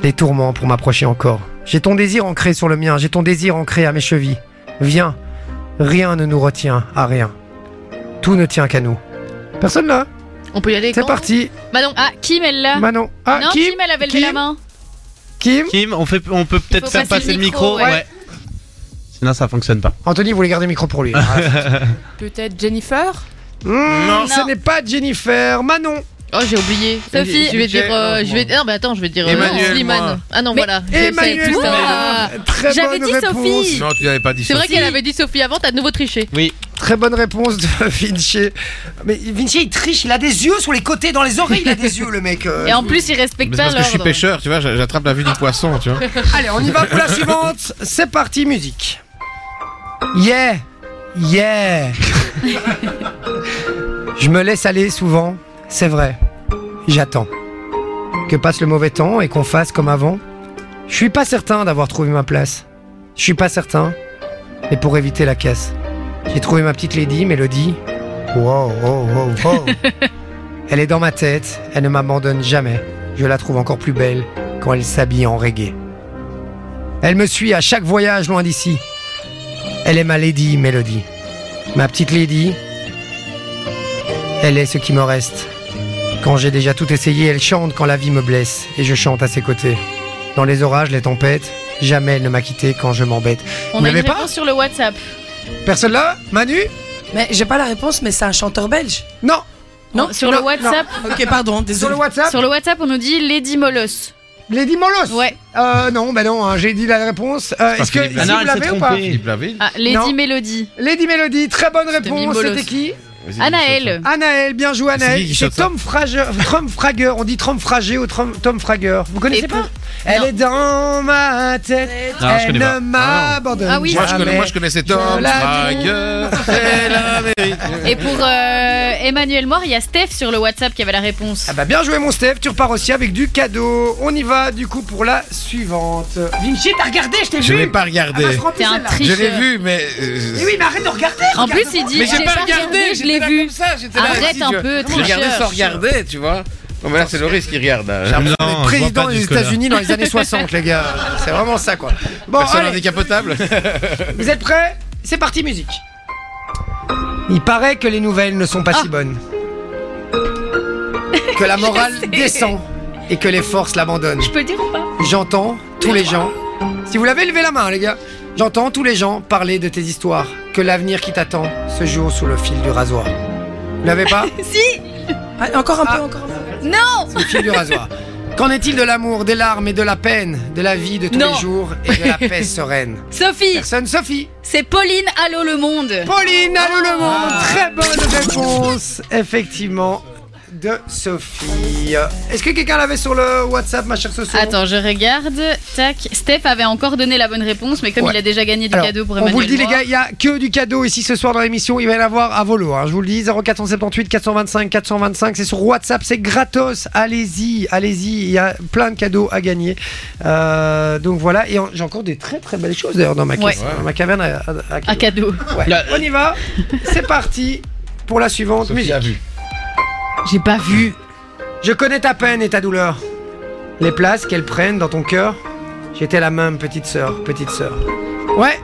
A: les tourments pour m'approcher encore. J'ai ton désir ancré sur le mien. J'ai ton désir ancré à mes chevilles. Viens, rien ne nous retient à rien. Tout ne tient qu'à nous. Personne là
F: On peut y aller.
A: C'est parti.
B: Manon. Ah, Kim, elle l'a.
A: Manon. Ah,
B: non,
A: Kim,
B: Kim, elle avait levé
A: Kim.
B: la main.
A: Kim
C: Kim, on, fait, on peut peut-être
B: faut
C: faire passer le micro. ouais. Sinon, ça fonctionne pas.
A: Anthony voulait garder le micro pour lui.
P: Peut-être Jennifer
A: Mmh, ce n'est pas Jennifer. Manon.
F: Oh, j'ai oublié.
A: Sophie.
F: Je vais dire. euh, je vais... Non, mais attends, je vais dire. euh,
D: Emmanuel,
F: Slimane.
D: moi.
F: Ah non,
D: Mais
F: voilà.
D: Emmanuel,
F: tout
D: moi.
F: ça.
A: Très J'avais bonne dit réponse. Sophie.
D: Non, tu n'avais pas dit
F: C'est vrai
D: Sophie.
F: qu'elle avait dit Sophie avant, t'as de nouveau triché.
C: Oui.
A: Très bonne réponse de [laughs] Vinci. Mais Vinci, il triche, il a des yeux sur les côtés, dans les oreilles, il a des yeux, le mec. euh.
B: Et en plus, il respecte
D: Mais c'est
B: pas
D: parce que je suis
B: l'ordre.
D: pêcheur, tu vois, j'a- j'attrape la vue du poisson, tu vois.
A: Allez, on y va pour la suivante. C'est parti, musique. Yeah, yeah. Je me laisse aller souvent, c'est vrai. J'attends. Que passe le mauvais temps et qu'on fasse comme avant. Je suis pas certain d'avoir trouvé ma place. Je suis pas certain. Mais pour éviter la caisse. J'ai trouvé ma petite lady, Mélodie. Wow, wow, wow, wow. Elle est dans ma tête, elle ne m'abandonne jamais. Je la trouve encore plus belle quand elle s'habille en reggae. Elle me suit à chaque voyage loin d'ici. Elle est ma lady, Mélodie. Ma petite lady. Elle est ce qui me reste. Quand j'ai déjà tout essayé, elle chante quand la vie me blesse et je chante à ses côtés. Dans les orages, les tempêtes, jamais elle ne m'a quitté quand je m'embête. Vous
B: On a une
A: l'avez pas
B: réponse sur le WhatsApp.
A: Personne là Manu
P: Mais j'ai pas la réponse, mais c'est un chanteur belge.
A: Non Ah.
P: Non,
B: Sur le WhatsApp.
P: Ok, pardon, désolé.
A: Sur le WhatsApp
B: Sur le WhatsApp, on nous dit Lady Molos.
A: Lady Molos
B: Ouais.
A: Euh, non, bah non, hein, j'ai dit la réponse. Euh, Est-ce que
D: Philippe
A: si
D: Laville.
A: vous l'avez ou pas
D: Philippe Laville.
B: Ah, Lady
A: Non.
B: Mélodie.
A: Lady Mélodie, très bonne
B: mis
A: réponse.
B: Molos.
A: C'était qui
D: Vas-y,
B: Anaël.
A: Anaël, bien joué
D: C'est qui
A: Anaël.
D: qui
A: C'est
D: chante ça
A: Tom Frager, Tom Frager. On dit Tom Frager ou Tom, Tom Frager. Vous connaissez pas Elle est dans ma tête.
D: Non, Ah, je
A: elle
C: [laughs]
D: connais
A: ne
D: pas.
A: m'abandonne
B: Ah oui.
D: Moi, je connais- moi, je
A: jamais.
D: connaissais Tom
A: la
D: Frager.
J: [laughs]
D: C'est la mérite.
B: Et pour euh, Emmanuel Moir, il y a Steph sur le WhatsApp qui avait la réponse.
A: Ah bah bien joué mon Steph, tu repars aussi avec du cadeau. On y va du coup pour la suivante. Vinci, t'as regardé, je t'ai vu.
D: Je l'ai pas
A: Ah bah,
D: regardé.
A: je remplis
B: T'es un
A: celle-là.
D: Je l'ai vu, mais. euh,
A: Mais oui, mais arrête de regarder.
B: En plus,
A: regarde.
B: il dit
D: Mais j'ai
B: j'ai
D: pas
B: pas
D: regardé,
B: regardé, je l'ai vu.
D: j'étais là,
B: Arrête
D: si,
B: un
D: je-
B: peu,
D: Je regardais
B: tricheur.
D: sans regarder, tu vois. Non, mais là, c'est Loris qui regarde. hein. là.
A: Charles, on est président des États-Unis dans les années 60, les gars. C'est vraiment ça, quoi. Bon,
D: Personne
A: allez,
D: [laughs] handicapotable
A: vous êtes prêts C'est parti, musique. Il paraît que les nouvelles ne sont pas si bonnes. Que [laughs] la morale descend et que les forces l'abandonnent.
B: Je peux le dire ou pas
A: J'entends tous les gens. Si vous l'avez levé la main, les gars. J'entends tous les gens parler de tes histoires. Que l'avenir qui t'attend se joue sous le fil du rasoir. Vous l'avez pas
B: Si
A: [laughs] Encore un peu, encore un peu.
B: Non
A: Sous le fil du rasoir. Qu'en est-il de l'amour, des larmes et de la peine, de la vie de tous
B: Non.
A: les jours et de la paix [laughs] sereine
B: Sophie
A: Personne, Sophie
B: C'est Pauline Allô le monde
A: Pauline Allô le monde Très bonne réponse, effectivement, de Sophie. Est-ce que quelqu'un l'avait sur le WhatsApp, ma chère Soso
B: Attends, je regarde. Tac. Steph avait encore donné la bonne réponse, mais comme
A: Ouais.
B: il a déjà gagné du
A: Alors,
B: cadeau pour
A: on
B: Emmanuel.
A: vous le dit les
B: Moir-
A: gars, il y a que du cadeau ici ce soir dans l'émission, il va y en avoir à volo. hein. Je vous le dis, 0478 425 425, c'est sur WhatsApp, c'est gratos. Allez-y, allez-y, il y a plein de cadeaux à gagner. Euh, donc voilà, et en- j'ai encore des très très belles choses d'ailleurs dans ma,
B: Ouais.
A: caisse, dans ma caverne à, à- à
B: Un cadeau.
A: Ouais. On y va, c'est parti pour la suivante musique.
B: J'ai pas vu.
A: Je connais ta peine et ta douleur. Les places qu'elles prennent dans ton cœur, j'étais la même petite sœur, petite sœur. Ouais.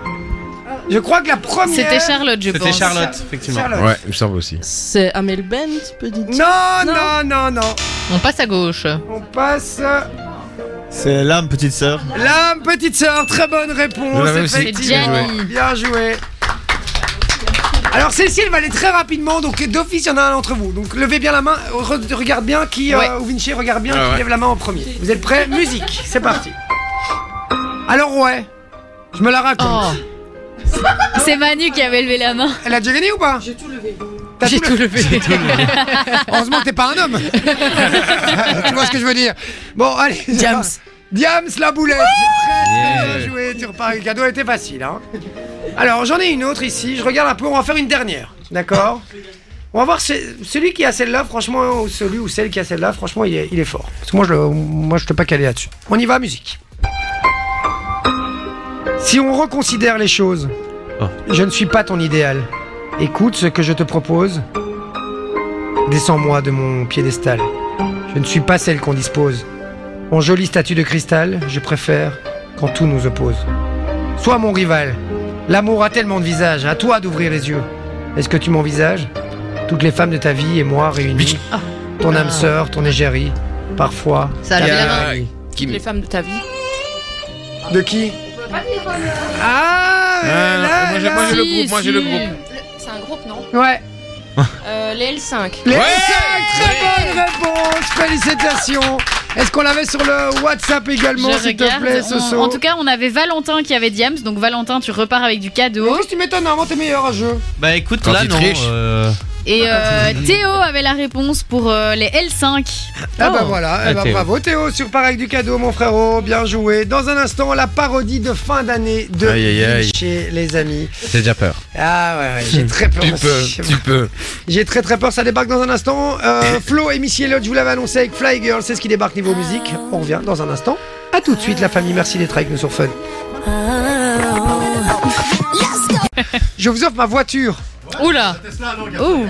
A: Je crois que la première.
P: C'était Charlotte, je C'était pense. Charlotte,
D: effectivement.
A: Charlotte.
D: Ouais, il me semble aussi.
P: C'est Amel
B: Ben,
P: Bent, petit.
A: Non, non, non, non.
F: On passe à gauche.
A: On passe. euh,
E: C'est l'âme, petite sœur.
A: L'âme, petite sœur, très bonne réponse.
E: Je l'avais aussi.
A: effectivement. Bien
E: Bien joué.
A: joué. Alors Cécile va aller très rapidement, donc d'office il y en a un d'entre vous. Donc levez bien la main, re- regarde bien qui, euh,
J: Ouais.
A: ou Vinci regarde bien
J: Ouais,
A: qui
J: ouais.
A: lève la main en premier. Vous êtes prêts Musique, c'est parti. Alors ouais, je me la raconte.
B: [laughs] C'est Manu qui avait levé la
J: Oh.
B: main.
A: Elle a déjà gagné ou pas
B: J'ai tout levé.
A: T'as tout, levé. Heureusement que t'es pas
J: [laughs]
A: un homme. [laughs] tu vois ce que je veux dire Bon, allez. Diams. Diams la boulette. Très, très bien joué. Tu repars avec le cadeau. Elle était facile. Hein. Alors, j'en ai une autre ici. Je regarde un peu. On va faire une dernière. D'accord On va voir ce- celui qui a celle-là, franchement, ou celui ou celle qui a celle-là, franchement, il est, il est fort. Parce que moi, je le, moi, je te pas calé là-dessus. On y va, musique. Si on reconsidère les choses, je ne suis pas ton idéal. Écoute ce que je te propose. Descends-moi de mon piédestal. Je ne suis pas celle qu'on dispose. Mon joli statut de cristal, je préfère quand tout nous oppose. Sois mon rival. L'amour a tellement de visages, à toi d'ouvrir les yeux. Est-ce que tu m'envisages Toutes les femmes de ta vie et moi réunies. [laughs] Ton âme sœur, ton égérie. Parfois. ta mairie.
P: Les femmes de ta vie.
A: De qui Ah,
D: Ah,
A: là,
D: moi, j'ai-
A: là.
D: moi, j'ai le Si, groupe, moi, j'ai le si. groupe.
P: C'est un groupe, non
A: Ouais.
P: [laughs] Euh, les L5.
A: Les cinq, très bonne réponse, félicitations. Est-ce qu'on l'avait sur le WhatsApp également,
B: Je
A: s'il te
B: regarde.
A: plaît,
B: On-
A: Soso
B: en tout cas, on avait Valentin qui avait Diams, donc Valentin, tu repars avec du cadeau.
A: tu m'étonnes, normalement t'es meilleur à jeu.
C: Bah écoute,
D: Quand
C: là
D: il
C: non.
D: triche.
C: euh,
B: Et euh, Théo avait la réponse pour euh, les L5.
A: Ah
B: Oh.
A: bah voilà, eh
C: Ah,
A: bah
C: Théo.
A: bravo Théo sur Pareil du cadeau mon frérot, bien joué. Dans un instant, la parodie de fin d'année de
D: Aïe, aïe, aïe.
A: chez les amis.
D: J'ai déjà peur.
A: Ah ouais, ouais, j'ai très peur.
D: Tu
A: aussi. [laughs]
D: peux, tu peux.
A: J'ai très très peur, ça débarque dans un instant. Euh, [laughs] Flo et Missy Elliott, je vous l'avais annoncé avec Fly Girl, c'est ce qui débarque niveau musique. On revient dans un instant. À tout de suite la famille, merci d'être avec nous sur Fun. Je vous offre ma voiture.
F: Oula
B: Ouh.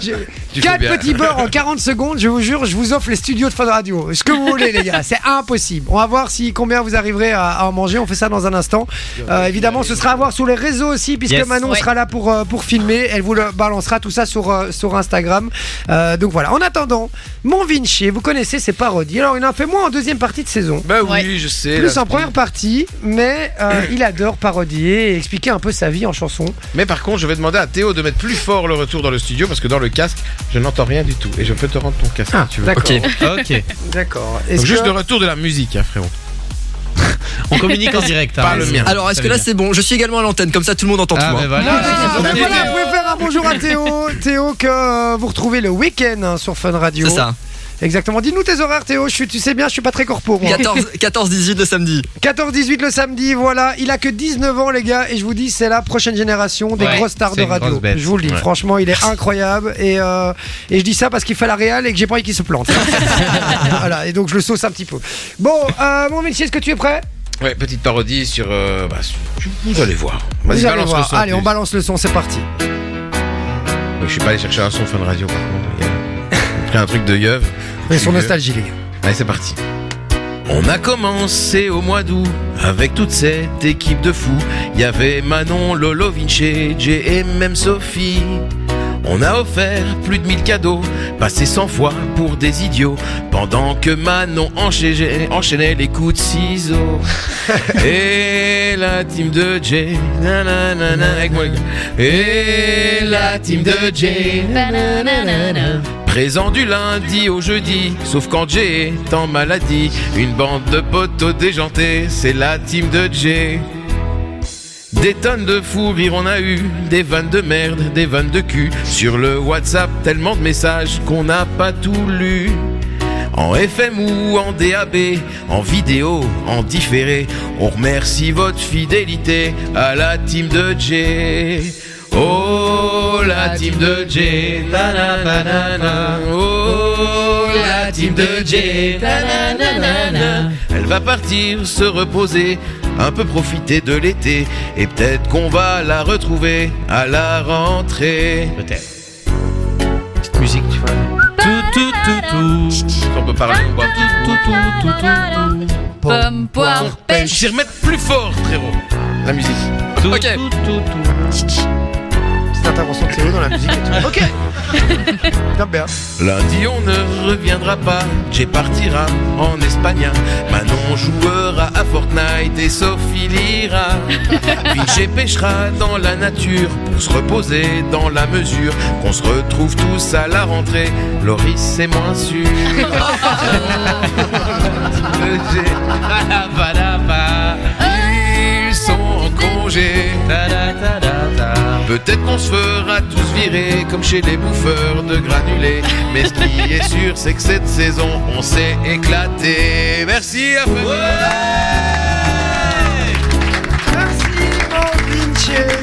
D: Tu fais
A: Quatre
D: bien.
A: petits beurres en
D: [laughs]
A: 40 secondes, je vous jure, je vous offre les studios de Fun Radio. Ce que vous voulez, les gars, c'est impossible. On va voir si combien vous arriverez à, à en manger. On fait ça dans un instant. Euh, évidemment, ce sera à voir sur les réseaux aussi, puisque
J: Yes.
A: Manon
J: Ouais.
A: sera là pour, euh, pour filmer. Elle vous le balancera tout ça sur, euh, sur Instagram. Euh, donc voilà. En attendant, mon Vinci, vous connaissez ses parodies. Alors, il en fait moins en deuxième partie de saison.
D: Bah oui, je sais.
A: Plus
D: là,
A: en première partie, mais euh,
D: [coughs]
A: il adore parodier et expliquer un peu sa vie en chanson.
D: Mais par contre, je vais demander à Théo de mettre plus fort le retour dans le studio parce que dans le casque, je n'entends rien du tout. Et je peux te rendre ton casque
A: Ah,
D: si tu veux.
A: d'accord.
C: Ok.
A: D'accord.
D: Donc
A: Est-ce
D: juste
A: que-
D: le retour de la musique, hein, frérot.
C: On communique en direct. hein,
D: Pas le
C: vas-y.
D: mien.
Q: Alors, est-ce que là c'est bon Je suis également à l'antenne, comme ça tout le monde entend
C: Ah,
Q: tout.
C: mais
Q: hein.
C: voilà.
A: Ah, ben voilà, vous pouvez faire un bonjour à Théo. Théo, que euh, vous retrouvez le week-end hein, sur Fun Radio.
Q: C'est ça.
A: Exactement. Dis-nous tes horaires, Théo. Je suis, tu sais bien, je suis pas très corpo. moi.
Q: 14 14-18 le samedi.
A: 14-18 le samedi, voilà. Il a que 19 ans, les gars, et je vous dis, c'est la prochaine génération des
Q: Ouais,
A: grosses stars
Q: c'est
A: de
Q: une
A: radio.
Q: grosse bête.
A: Je vous le dis,
Q: Ouais.
A: franchement, il est incroyable. Et, euh, et je dis ça parce qu'il fait la réal et que j'ai pas envie qu'il
Q: [laughs]
A: se plante. voilà, et donc je le sauce un petit peu. Bon, euh, mon Vinci, est-ce que tu es prêt
D: Ouais, petite parodie sur. euh, bah, sur- vous allez voir. Vas-y,
A: Vous allez
D: balance
A: voir.
D: le son.
A: Allez, on
D: Théo.
A: balance le son, c'est parti.
D: Je suis pas allé chercher un son fun radio par contre. les gars. pris un truc de yeuf.
A: Mais sur Nostalgie, les gars.
D: Allez, c'est parti. On a commencé au mois d'août avec toute cette équipe de fous. Il y avait Manon, Lolo, Vinci, Jay et même Sophie. On a offert plus de 1000 cadeaux, passé 100 fois pour des idiots, pendant que Manon enchaînait, enchaînait les coups de ciseaux. Et la team de Jay, nanana, avec moi les gars. Et la team de Jay, nanana. Présent du lundi au jeudi, sauf quand Jay est en maladie. Une bande de poteaux déjantés, c'est la team de Jay. Des tonnes de fous rires on a eu, des vannes de merde, des vannes de cul. Sur le WhatsApp, tellement de messages qu'on n'a pas tout lu. En FM ou en DAB, en vidéo, en différé, on remercie votre fidélité à la team de Jay. Oh la team de Jay, nananana. Oh la team de Jay, nananana. Elle va partir se reposer, un peu profiter de l'été, et peut-être qu'on va la retrouver à la rentrée. Peut-être. Petite musique, tu vois. Tout, tout, tout, tout. Si on peut parler, on voit tout, tout, tout, tout, tout, tout.
B: Pomme, poire,
D: pêche. S'y remettre plus fort, frérot. La musique. Tout, tout, tout, tout.
A: Petite intervention de Théo dans la musique et [laughs] tout. Ok Bien, bien.
D: Lundi on ne reviendra pas, Jay partira en Espagne. Manon jouera à Fortnite et Sophie lira. Vinci pêchera dans la nature pour se reposer dans la mesure qu'on se retrouve tous à la rentrée. Loris c'est moins sûr. ah, Ils sont en congé. Peut-être qu'on se fera tous virer comme chez les bouffeurs de granulés. Mais ce qui est sûr, c'est que cette saison, on s'est éclaté. Merci à vous.
A: Vinci,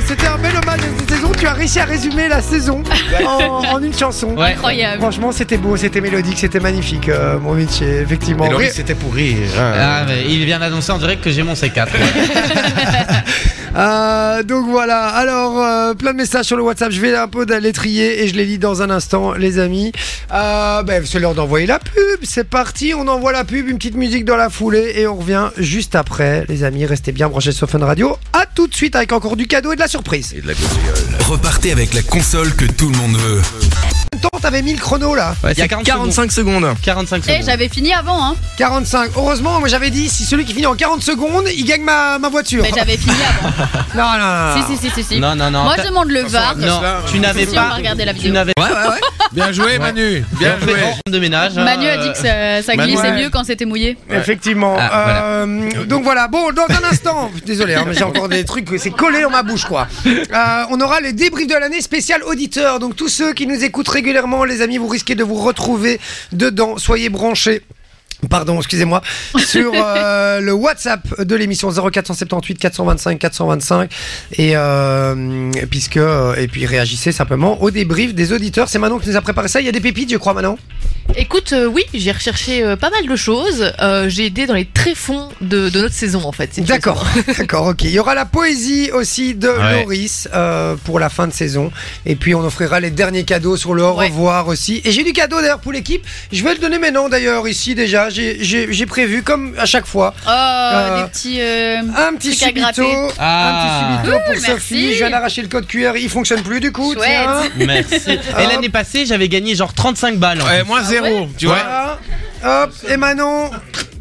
A: C'était un bel hommage à cette saison. Tu as réussi à résumer la saison
B: Ouais.
A: en, en une chanson.
B: Ouais. Incroyable.
A: Franchement, c'était beau, c'était mélodique, c'était magnifique, euh, mon Vinci, effectivement.
C: Et Laurie,
A: Ré-
D: c'était pour rire.
C: Ah, mais il vient d'annoncer en direct que j'ai mon C4.
A: Euh, donc voilà, alors euh, plein de messages sur le WhatsApp, je vais un peu les trier et je les lis dans un instant les amis. Euh, ben, c'est l'heure d'envoyer la pub, c'est parti, on envoie la pub, une petite musique dans la foulée et on revient juste après les amis, restez bien branchés sur Fun Radio, à tout de suite avec encore du cadeau et de la surprise.
O: Repartez avec la console que tout le monde veut.
A: Tant t'avais mis le chrono là
Q: Il y a 45 secondes.
C: 45
B: Eh, j'avais fini avant, hein.
A: 45, heureusement moi j'avais dit si celui qui finit en 40 secondes il gagne ma, ma voiture.
B: Mais j'avais fini avant.
P: [laughs]
A: Non non non.
B: si, si, si, si, si.
C: Non, non, non.
B: Moi, je
C: T'as-
B: demande le VAR.
C: Non, tu n'avais
B: Si,
C: pas-
B: on va regarder la
C: tu
B: vidéo.
C: n'avais- Ouais, [laughs] ouais,
D: Bien joué, Manu. Bien
C: On fait
D: joué.
C: ordre de ménage. hein,
B: Manu a dit
C: euh,
B: que ça, ça
C: Manu-
B: glissait
C: Ouais.
B: mieux quand c'était mouillé.
A: Effectivement.
C: Ah,
A: Euh, Donc voilà, bon, dans
C: [laughs]
A: un instant, désolé, hein, mais j'ai encore des trucs, c'est collé dans ma bouche, quoi. Euh, on aura les débriefs de l'année spécial auditeur. Donc tous ceux qui nous écoutent régulièrement, les amis, vous risquez de vous retrouver dedans. Soyez branchés. Pardon, excusez-moi, sur euh, le WhatsApp de l'émission 0478 425 425 et euh, puisque euh, et puis réagissez simplement au débrief des auditeurs. C'est Manon qui nous a préparé ça. Il y a des pépites, je crois, Manon.
F: Écoute, euh, oui, j'ai recherché euh, pas mal de choses. Euh, j'ai aidé dans les tréfonds de, de notre saison, en fait. si tu
A: D'accord, [laughs] d'accord, ok. Il y aura la poésie aussi de
F: Ouais.
A: Loris euh, pour la fin de saison. Et puis on offrira les derniers cadeaux sur le au revoir aussi. Et j'ai du cadeau d'ailleurs pour l'équipe. Je vais le donner maintenant d'ailleurs ici déjà. J'ai- J'ai j'ai prévu comme à chaque fois.
B: Oh,
A: Euh,
B: des petits. euh,
A: Un petit
B: trucs à
A: subito,
B: gratter.
C: Ah,
A: un petit subito
B: Cool,
A: pour
B: merci.
A: Sophie. Je viens d'arracher le code QR, il fonctionne plus du coup.
B: Chouette.
A: tiens.
C: Merci.
Q: Ah.
C: Et l'année passée, j'avais gagné genre 35 balles.
D: Eh, moi, zéro, tu vois.
A: Voilà. Hop, et Manon,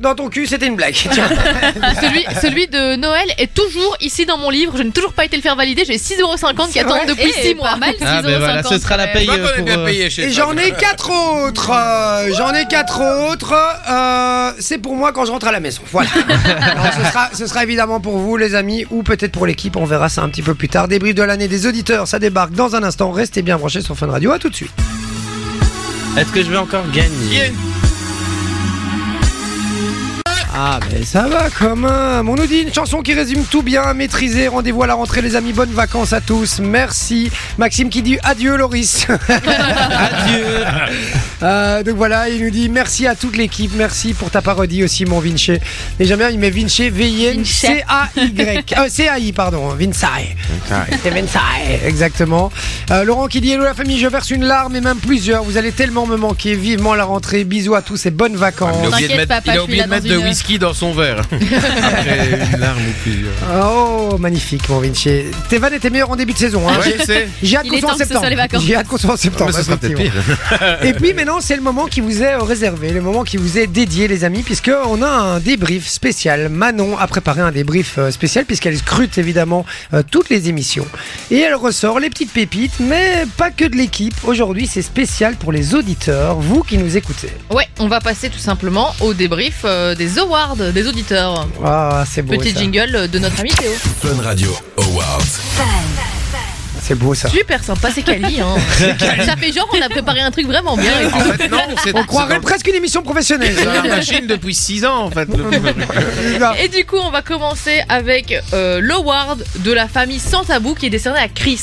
A: dans ton cul, c'était une blague. Tiens.
F: vois.
C: [laughs]
F: celui, celui de Noël est toujours ici dans mon livre. Je n'ai toujours pas été le faire valider. J'ai 6,50€ qui
B: C'est
F: attendent
B: vrai.
F: depuis
B: Eh,
F: 6 mois.
B: pas mal,
C: Ah, ben voilà, ce sera la paye. euh, pour, euh,
A: Et j'en ai quatre autres. euh, j'en ai quatre autres. euh, c'est pour moi quand je rentre à la maison. Voilà. Alors, ce, sera, ce sera évidemment pour vous, les amis, ou peut-être pour l'équipe. On verra ça un petit peu plus tard. Débrief de l'année des auditeurs, ça débarque dans un instant. Restez bien branchés sur Fun Radio. À tout de suite.
C: Est-ce que je vais encore gagner
A: Ah, mais ça va quand même. On nous dit une chanson qui résume tout bien, maîtrisée. Rendez-vous à la rentrée, les amis. Bonnes vacances à tous. Merci. Maxime qui dit [laughs] adieu, Loris.
C: Adieu.
A: Euh, donc voilà, il nous dit merci à toute l'équipe, merci pour ta parodie aussi, mon Vinci. Et j'aime bien, il met Vinci, V-I-N-C-A-Y. Euh, C-A-I, pardon, hein, Vinci. C'est Vinci, exactement. Euh, Laurent qui dit Hello la famille, je verse une larme et même plusieurs. Vous allez tellement me manquer. Vivement la rentrée. Bisous à tous et bonnes vacances.
D: Il a oublié de mettre, il a oublié de, mettre de whisky dans son verre. Après une larme ou plusieurs.
A: Oh, magnifique, mon Vinci. Tes vannes étaient meilleures en début de saison. Hein.
D: Ouais, je sais.
A: J'ai hâte
D: Il
A: qu'on
D: est
A: soit en
D: temps que ce soit
A: septembre.
D: les vacances.
A: J'ai hâte qu'on soit en septembre.
D: Ouais, mais ce sera peut-être
A: effectivement.
D: pire.
A: Et puis maintenant, c'est le moment qui vous est euh, réservé, le moment qui vous est dédié, les amis, puisque on a un débrief spécial. Manon a préparé un débrief euh, spécial puisqu'elle scrute évidemment euh, toutes les émissions et elle ressort les petites pépites, mais pas que de l'équipe. Aujourd'hui, c'est spécial pour les auditeurs, vous qui nous écoutez.
F: Ouais, on va passer tout simplement au débrief euh, des awards des auditeurs.
A: Ah, c'est beau.
F: Petit
A: ça.
F: jingle euh, de notre ami Théo.
O: Fun Radio Awards.
A: C'est beau ça.
F: Super sympa, c'est Cali.
C: [laughs]
F: Hein. ça fait genre on a préparé un truc vraiment bien. et tout.
A: on croirait presque une émission professionnelle.
D: [laughs] C'est dans la machine depuis 6 ans en fait.
F: Et du coup, on va commencer avec euh, l'award de la famille sans tabou qui est décerné à Chris.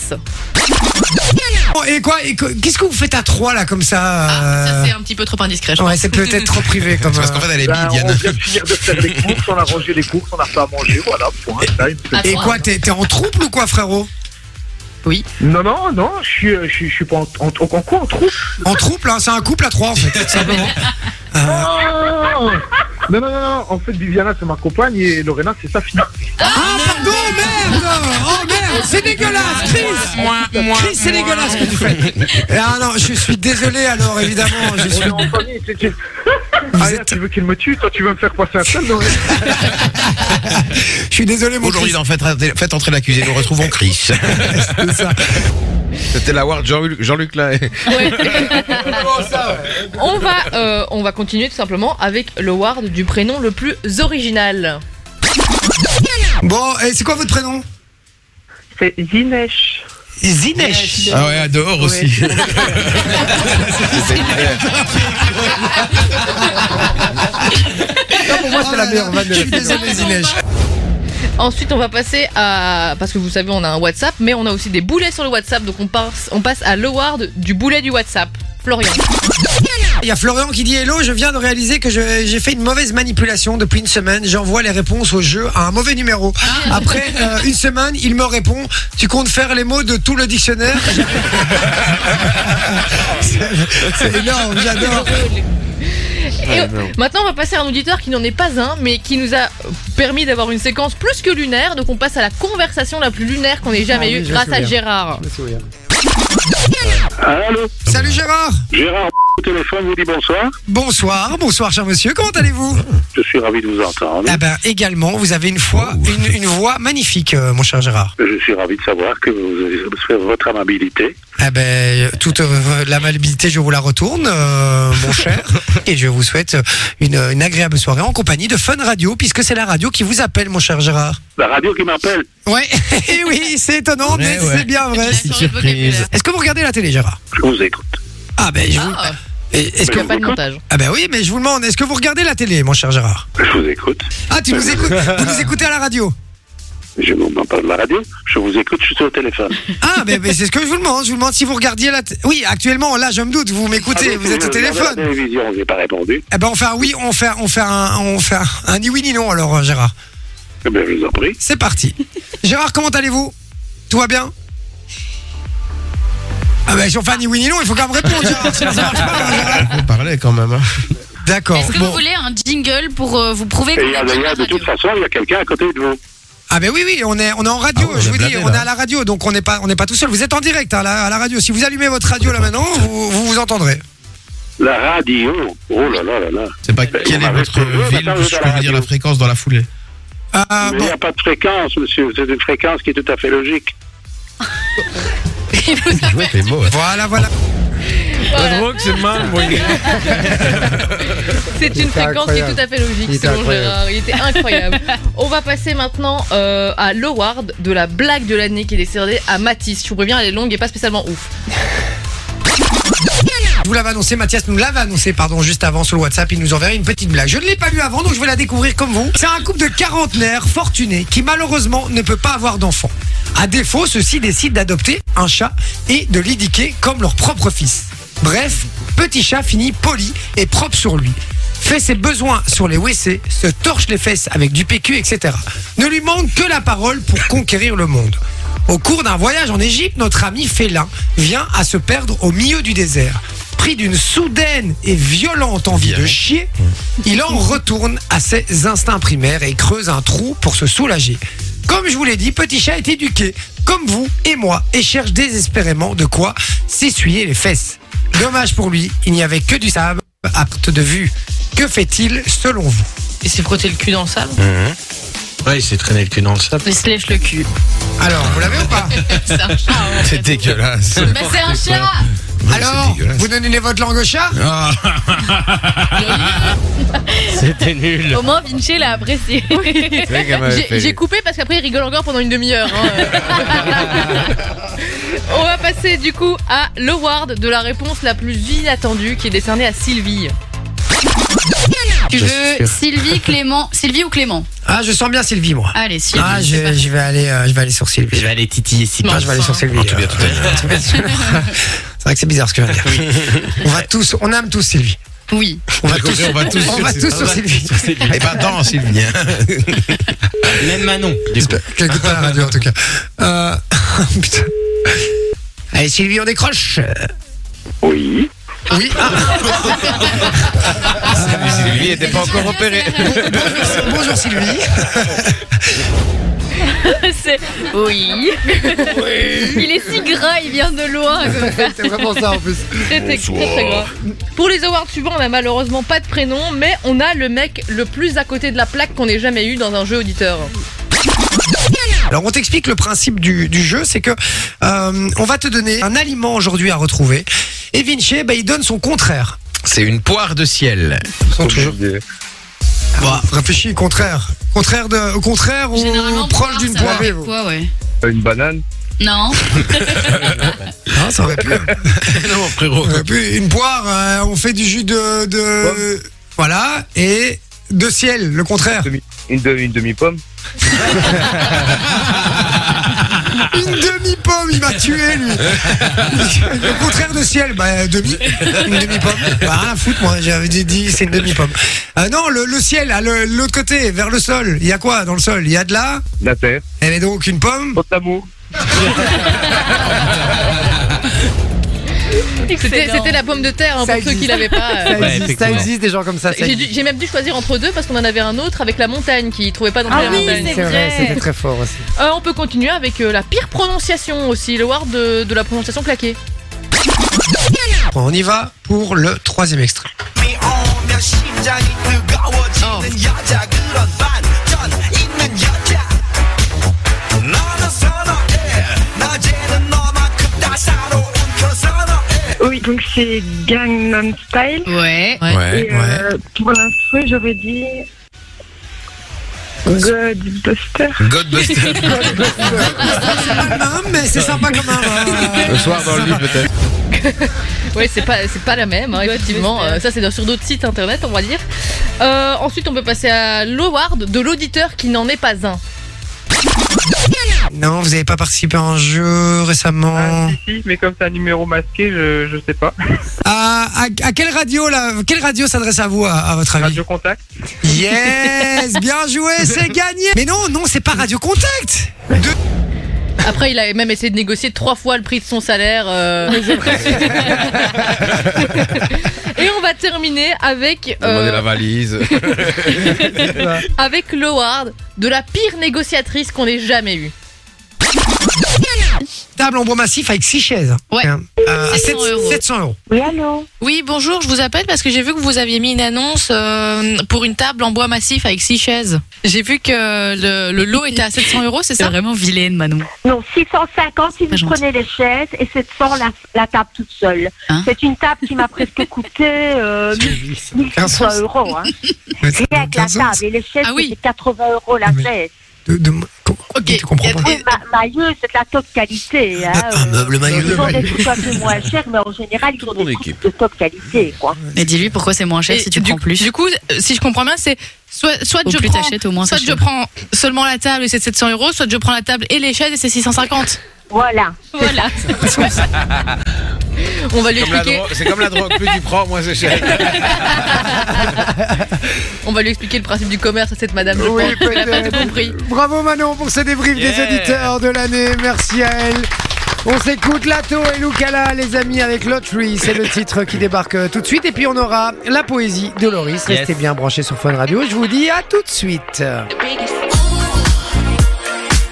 A: Oh, Et quoi et que- Qu'est-ce que vous faites à trois là comme ça euh,
F: Ah, un petit peu trop indiscret.
A: Ouais, c'est peut-être trop privé comme.
O: [laughs]
A: euh,
O: Parce qu'en fait, elle est Ben, bide, Yann. on vient de
A: finir de faire les courses, on a rangé les courses, on a pas à manger, voilà. Et
O: trois.
A: quoi, t'es t'es en trouble ou quoi, frérot
F: Oui.
R: Non, non, non, je suis, euh, je suis, je suis pas en, en, en- en quoi En troupe
A: En troupe, là, c'est un couple à trois en fait, tout simplement.
R: Ah, Non, non, non, non, en fait, Viviana, c'est ma compagne et Lorena, c'est sa fille.
A: Ah, pardon, merde Oh merde, c'est dégueulasse, Chris Chris, c'est dégueulasse ce que tu fais. Ah non, je suis désolé alors, évidemment. Je suis...
R: Ah, là, tu veux qu'il me tue Toi, tu veux me faire passer un seul
A: [laughs]
R: Lorena
A: Je suis désolé, mon
D: Aujourd'hui, dans faites, Faites entrer l'accusé, nous retrouvons Chris. C'était la Ward Jean-Luc Jean-Luc là.
F: on va, euh, on va continuer tout simplement avec l'award du prénom le plus original.
A: Bon, et c'est quoi votre prénom
S: C'est Zinesh.
A: Zinesh
D: Ah ouais, dehors aussi.
C: [laughs]
A: pour moi, c'est la meilleure vanne de la
F: désolé, Ensuite, on va passer à parce que vous savez, on a un WhatsApp, mais on a aussi des boulets sur le WhatsApp, donc on passe, on passe à l'award du boulet du WhatsApp. Florian.
A: Il y a Florian qui dit Hello, je viens de réaliser que je- j'ai fait une mauvaise manipulation depuis une semaine. J'envoie les réponses au jeu à un mauvais numéro. Après euh, une semaine, il me répond Tu comptes faire les mots de tout le dictionnaire [laughs] C'est- C'est énorme, j'adore.
F: Et maintenant, on va passer à un auditeur qui n'en est pas un, mais qui nous a permis d'avoir une séquence plus que lunaire. Donc, on passe à la conversation la plus lunaire qu'on ait jamais
A: Ah oui,
F: eue,
A: je me
F: grâce à
A: souviens.
F: Gérard.
R: Allô
A: Salut Gérard
R: Gérard, au téléphone, vous dit bonsoir.
A: Bonsoir, bonsoir cher monsieur, comment allez-vous
R: Je suis ravi de vous entendre.
A: Ah ben également, vous avez une, fois,
R: Oh,
A: une, une voix magnifique, euh, mon cher Gérard.
R: Je suis ravi de savoir que vous avez fait votre amabilité.
A: Ah ben, toute euh, l'amabilité, je vous la retourne, euh, mon
R: [laughs]
A: cher. Et je vous souhaite une, une agréable soirée en compagnie de Fun Radio, puisque c'est la radio qui vous appelle, mon cher Gérard.
R: La radio qui m'appelle.
A: Ouais, [laughs] eh oui, c'est étonnant,
R: Ouais,
A: mais
R: ouais.
A: c'est bien
F: Bah,
A: vrai.
R: Une surprise.
A: Est-ce que vous regardez la télé, Gérard
R: Je vous écoute.
A: Ah ben, je vous... Et Est-ce
R: Mais
A: que...
R: je vous écoute.
A: Ah ben oui, mais je vous demande, est-ce que vous regardez la télé, mon cher Gérard
R: Je vous écoute.
A: Ah, tu nous
R: [laughs]
A: écoutes Vous nous écoutez à la radio
R: Je ne m'en parle pas de la radio. Je vous écoute, je suis au téléphone.
A: Ah, mais, mais c'est ce que je vous demande. Je vous demande si vous regardiez la... t- Oui, actuellement, là, je me doute, vous m'écoutez,
R: Ah,
A: vous êtes
R: je
A: au
R: regardais
A: téléphone.
R: La télévision, je n'ai pas répondu.
A: Eh ben on fait un oui, on fait, on fait un, on fait un, un ni oui ni non alors euh, Gérard.
R: Eh bien, je vous en prie.
A: C'est
B: [laughs]
A: parti. Gérard, comment allez-vous Tout va bien Ah ben si on fait un ni oui ni non, il faut quand même répondre. Gérard, sinon ça marche pas, hein, Gérard.
C: On parlait quand même.
A: D'accord.
B: Est-ce que vous
A: Bon.
B: voulez un jingle pour euh, vous prouver
R: Et il y
B: qu'on
R: a,
B: est
R: il y
B: bien
R: a- de toute façon, il y a quelqu'un à côté de vous.
A: Ah ben oui oui, on est, Ah, on est en radio. je vous dis, on est à la radio, donc on n'est pas, on n'est pas tout seul. Vous êtes en direct hein, là, à la radio. Si vous allumez votre radio là maintenant, vous vous, vous entendrez.
R: La radio. Oh là là là là.
C: C'est pas quelle est votre ville, je peux vous dire la fréquence dans la foulée.
A: Ah,
R: Mais il n'y a pas de fréquence, monsieur. C'est une fréquence qui est tout à fait logique.
A: Voilà voilà.
D: Heureusement que c'est mal, moi.
F: C'est
D: Il
F: une
D: était
F: fréquence qui est
D: incroyable.
F: tout à fait logique,
D: Il était
F: selon
D: incroyable.
F: Gérard. Il était incroyable. On va passer maintenant euh, à l'award de la blague de l'année qui est décernée à Matisse. Je vous préviens, elle est longue et pas spécialement ouf.
A: Je vous l'avais annoncé, Mathias nous l'avait annoncé, pardon, juste avant sur le WhatsApp, il nous enverrait une petite blague. Je ne l'ai pas lu avant, donc je vais la découvrir comme vous. C'est un couple de quarantenaires fortunés qui malheureusement ne peut pas avoir d'enfant. À défaut, ceux-ci décident d'adopter un chat et de l'édiquer comme leur propre fils. Bref, Petit chat finit poli et propre sur lui. Fait ses besoins sur les WC, se torche les fesses avec du PQ, etc. Ne lui manque que la parole pour conquérir le monde. Au cours d'un voyage en Égypte, notre ami félin vient à se perdre au milieu du désert. Pris d'une soudaine et violente envie de chier, il en retourne à ses instincts primaires et creuse un trou pour se soulager. Comme je vous l'ai dit, Petit Chat est éduqué, comme vous et moi, et cherche désespérément de quoi s'essuyer les fesses. Dommage pour lui, il n'y avait que du sable à perte de vue. Que fait-il selon vous
F: Il s'est frotté le cul dans le sable
C: Mhm. Ouais, il s'est traîné le cul dans le sable.
F: Il se lèche le
C: [laughs]
F: cul.
A: Alors, vous l'avez ou [laughs] pas
F: C'est un chat. en
C: C'est
F: fait.
C: dégueulasse.
F: Mais c'est un chat
A: Alors, vous donnez les votes langue au chat
C: C'était nul.
B: Au moins, Vinci l'a apprécié.
C: vrai qu'elle m'avait
F: J'ai-
C: fait
F: J'ai
C: rire.
F: coupé parce qu'après il rigole encore pendant une demi-heure.
A: [laughs]
F: hein. On va passer du coup à l'award de la réponse la plus inattendue qui est décernée à Sylvie.
B: Tu
A: Je
B: veux
A: suis sûr.
B: Sylvie, Clément, Sylvie ou Clément
A: Ah, je sens bien Sylvie, moi.
B: Allez, Sylvie.
A: Ah, je, je vais aller, euh, je vais aller sur Sylvie. Je vais aller titiller Sylvie. je vais aller sur Sylvie. euh, [laughs] tout bien, tout bien. c'est vrai que c'est bizarre ce que je viens de dire. on va tous, on aime tous Sylvie.
B: Oui.
A: On va tous, on va tous, sur Sylvie. Ah, bah.
D: Et ben attends, Sylvie.
C: Même Manon. Du coup.
A: Je n'écoute pas la radio en tout cas. Euh, [laughs] putain. Allez Sylvie, on décroche. Oui. Oui. Ah.
D: Ah,
F: Ah,
D: Sylvie n'était pas encore opérée. [laughs]
A: Bonjour Sylvie.
B: C'est- Oui. Il est si gras, il vient de loin. comme ça.
A: C'est vraiment ça en plus.
F: Très, très, très, très grave. Pour les awards suivants, on n'a malheureusement pas de prénom, mais on a le mec le plus à côté de la plaque qu'on ait jamais eu dans un jeu auditeur.
A: Alors on t'explique le principe du, du jeu, c'est que euh, on va te donner un aliment aujourd'hui à retrouver. Et Vinci, bah, il donne son contraire.
D: C'est une poire de ciel.
A: Bah, réfléchis, contraire. Contraire de, au contraire, ou proche d'une
B: Ça va
A: poire.
B: avec quoi, ouais.
R: Une banane
B: Non.
A: Hein, ça aurait pu.
C: non, frérot.
A: Ça aurait pu. Une poire, euh, on fait du jus de. de- Voilà, et de ciel, le contraire.
R: Une demi- une demi-pomme
A: [laughs] Une demi-pomme, il m'a tué lui. Le contraire de ciel, bah demi. Une demi-pomme. Bah rien à foutre moi, j'avais dit, dit, c'est une demi-pomme. Ah non, le, le ciel, à le- l'autre côté, vers le sol. Il y a quoi dans le sol Il y a de la
R: La terre
A: Elle est donc une pomme
R: L'amour
F: C'était c'était la pomme de terre hein, pour ceux qui l'avaient pas. euh.
A: Ça, existe, ça
C: effectivement.
A: existe des gens comme ça. ça
F: J'ai
A: existe.
F: dû- j'ai même dû choisir entre deux parce qu'on en avait un autre avec la montagne qui trouvait pas dans
B: Ah
F: la
B: oui,
F: montagne.
B: c'est
A: C'est vrai, c'était très fort aussi.
F: Euh, on peut continuer avec euh, la pire prononciation aussi, le word de, de la prononciation claquée.
A: Bon, on y va pour le troisième extrait.
S: Oui, donc c'est Gangnam Style.
B: Ouais.
S: Et, euh, Pour l'instru, j'aurais dit. Godbuster.
R: [laughs]
D: Godbuster.
A: C'est pas le même, hein. mais c'est sympa comme un.
D: Le soir dans le lit peut-être.
F: Ouais, c'est pas, c'est pas la même, hein, effectivement. Euh, ça, c'est dans- sur d'autres sites internet, on va dire. Euh, ensuite, on peut passer à l'award de l'auditeur qui n'en est pas un.
A: Non, vous n'avez pas participé à un jeu récemment.
R: Ah, Si, mais comme c'est un numéro masqué, je, je sais pas.
A: Ah, À, à- à quelle radio là Quelle radio s'adresse à vous à, à votre avis
R: Radio Contact
A: Yes, bien joué, c'est gagné. Mais non, non, c'est pas Radio Contact.
F: Après, il a même essayé de négocier trois fois le prix de son salaire.
T: [laughs]
F: euh. Et on va terminer avec, euh,
D: Demandez
F: [laughs]
D: la valise.
F: avec l'award de la pire négociatrice qu'on ait jamais eue.
A: Table en bois massif avec 6 chaises.
T: Ouais.
A: Euh,
T: 700
A: 700
T: euros.
A: euros. 700 euros.
S: Oui, allô
T: Oui, bonjour, je vous appelle parce que j'ai vu que vous aviez mis une annonce euh, pour une table en bois massif avec six chaises. J'ai vu que le, le lot était à 700 euros, c'est ça vraiment vilaine, Manon.
S: Non, 650 si vous
T: gentil.
S: prenez les chaises et 700 la, la table toute seule. c'est une table qui m'a presque coûté euh, 1500 euros. Hein. Rien que la table et les chaises, c'était 80 euros la chaise.
A: De, de- ok, tu comprends pas.
S: Oui, ma- maillot, c'est de la top qualité. Hein,
A: Un meuble maillot.
S: Ils ont des trucs un peu moins chers, mais en général, ils ont des trucs de top qualité. Quoi.
T: Mais dis-lui pourquoi c'est moins cher si tu prends plus. Du coup, euh, si je comprends bien, c'est soit, soit
B: Au
T: je
B: plus
T: prends,
B: t'achètes, au moins
T: soit
B: c'est
T: je
B: cher.
T: prends seulement la table et c'est 700 euros, soit je prends la table et les chaises et c'est 650.
S: Voilà.
B: Voilà.
F: On va lui
D: Comme la
F: expliquer.
D: drogue- C'est comme la drogue, plus tu prends, moins c'est cher.
F: On va lui expliquer le principe du commerce à cette madame. Je
A: Oui,
F: pense. Elle a pas tout
A: peut-être.
F: compris.
A: Bravo Manon pour ce débrief des
F: Yeah.
A: auditeurs de l'année. Merci à elle. On s'écoute Lato et Lucala, les amis, avec Lottery. C'est le titre qui débarque euh, tout de suite. Et puis on aura la poésie de Loris. Restez bien branchés sur Fun Radio. Je vous dis à tout de suite.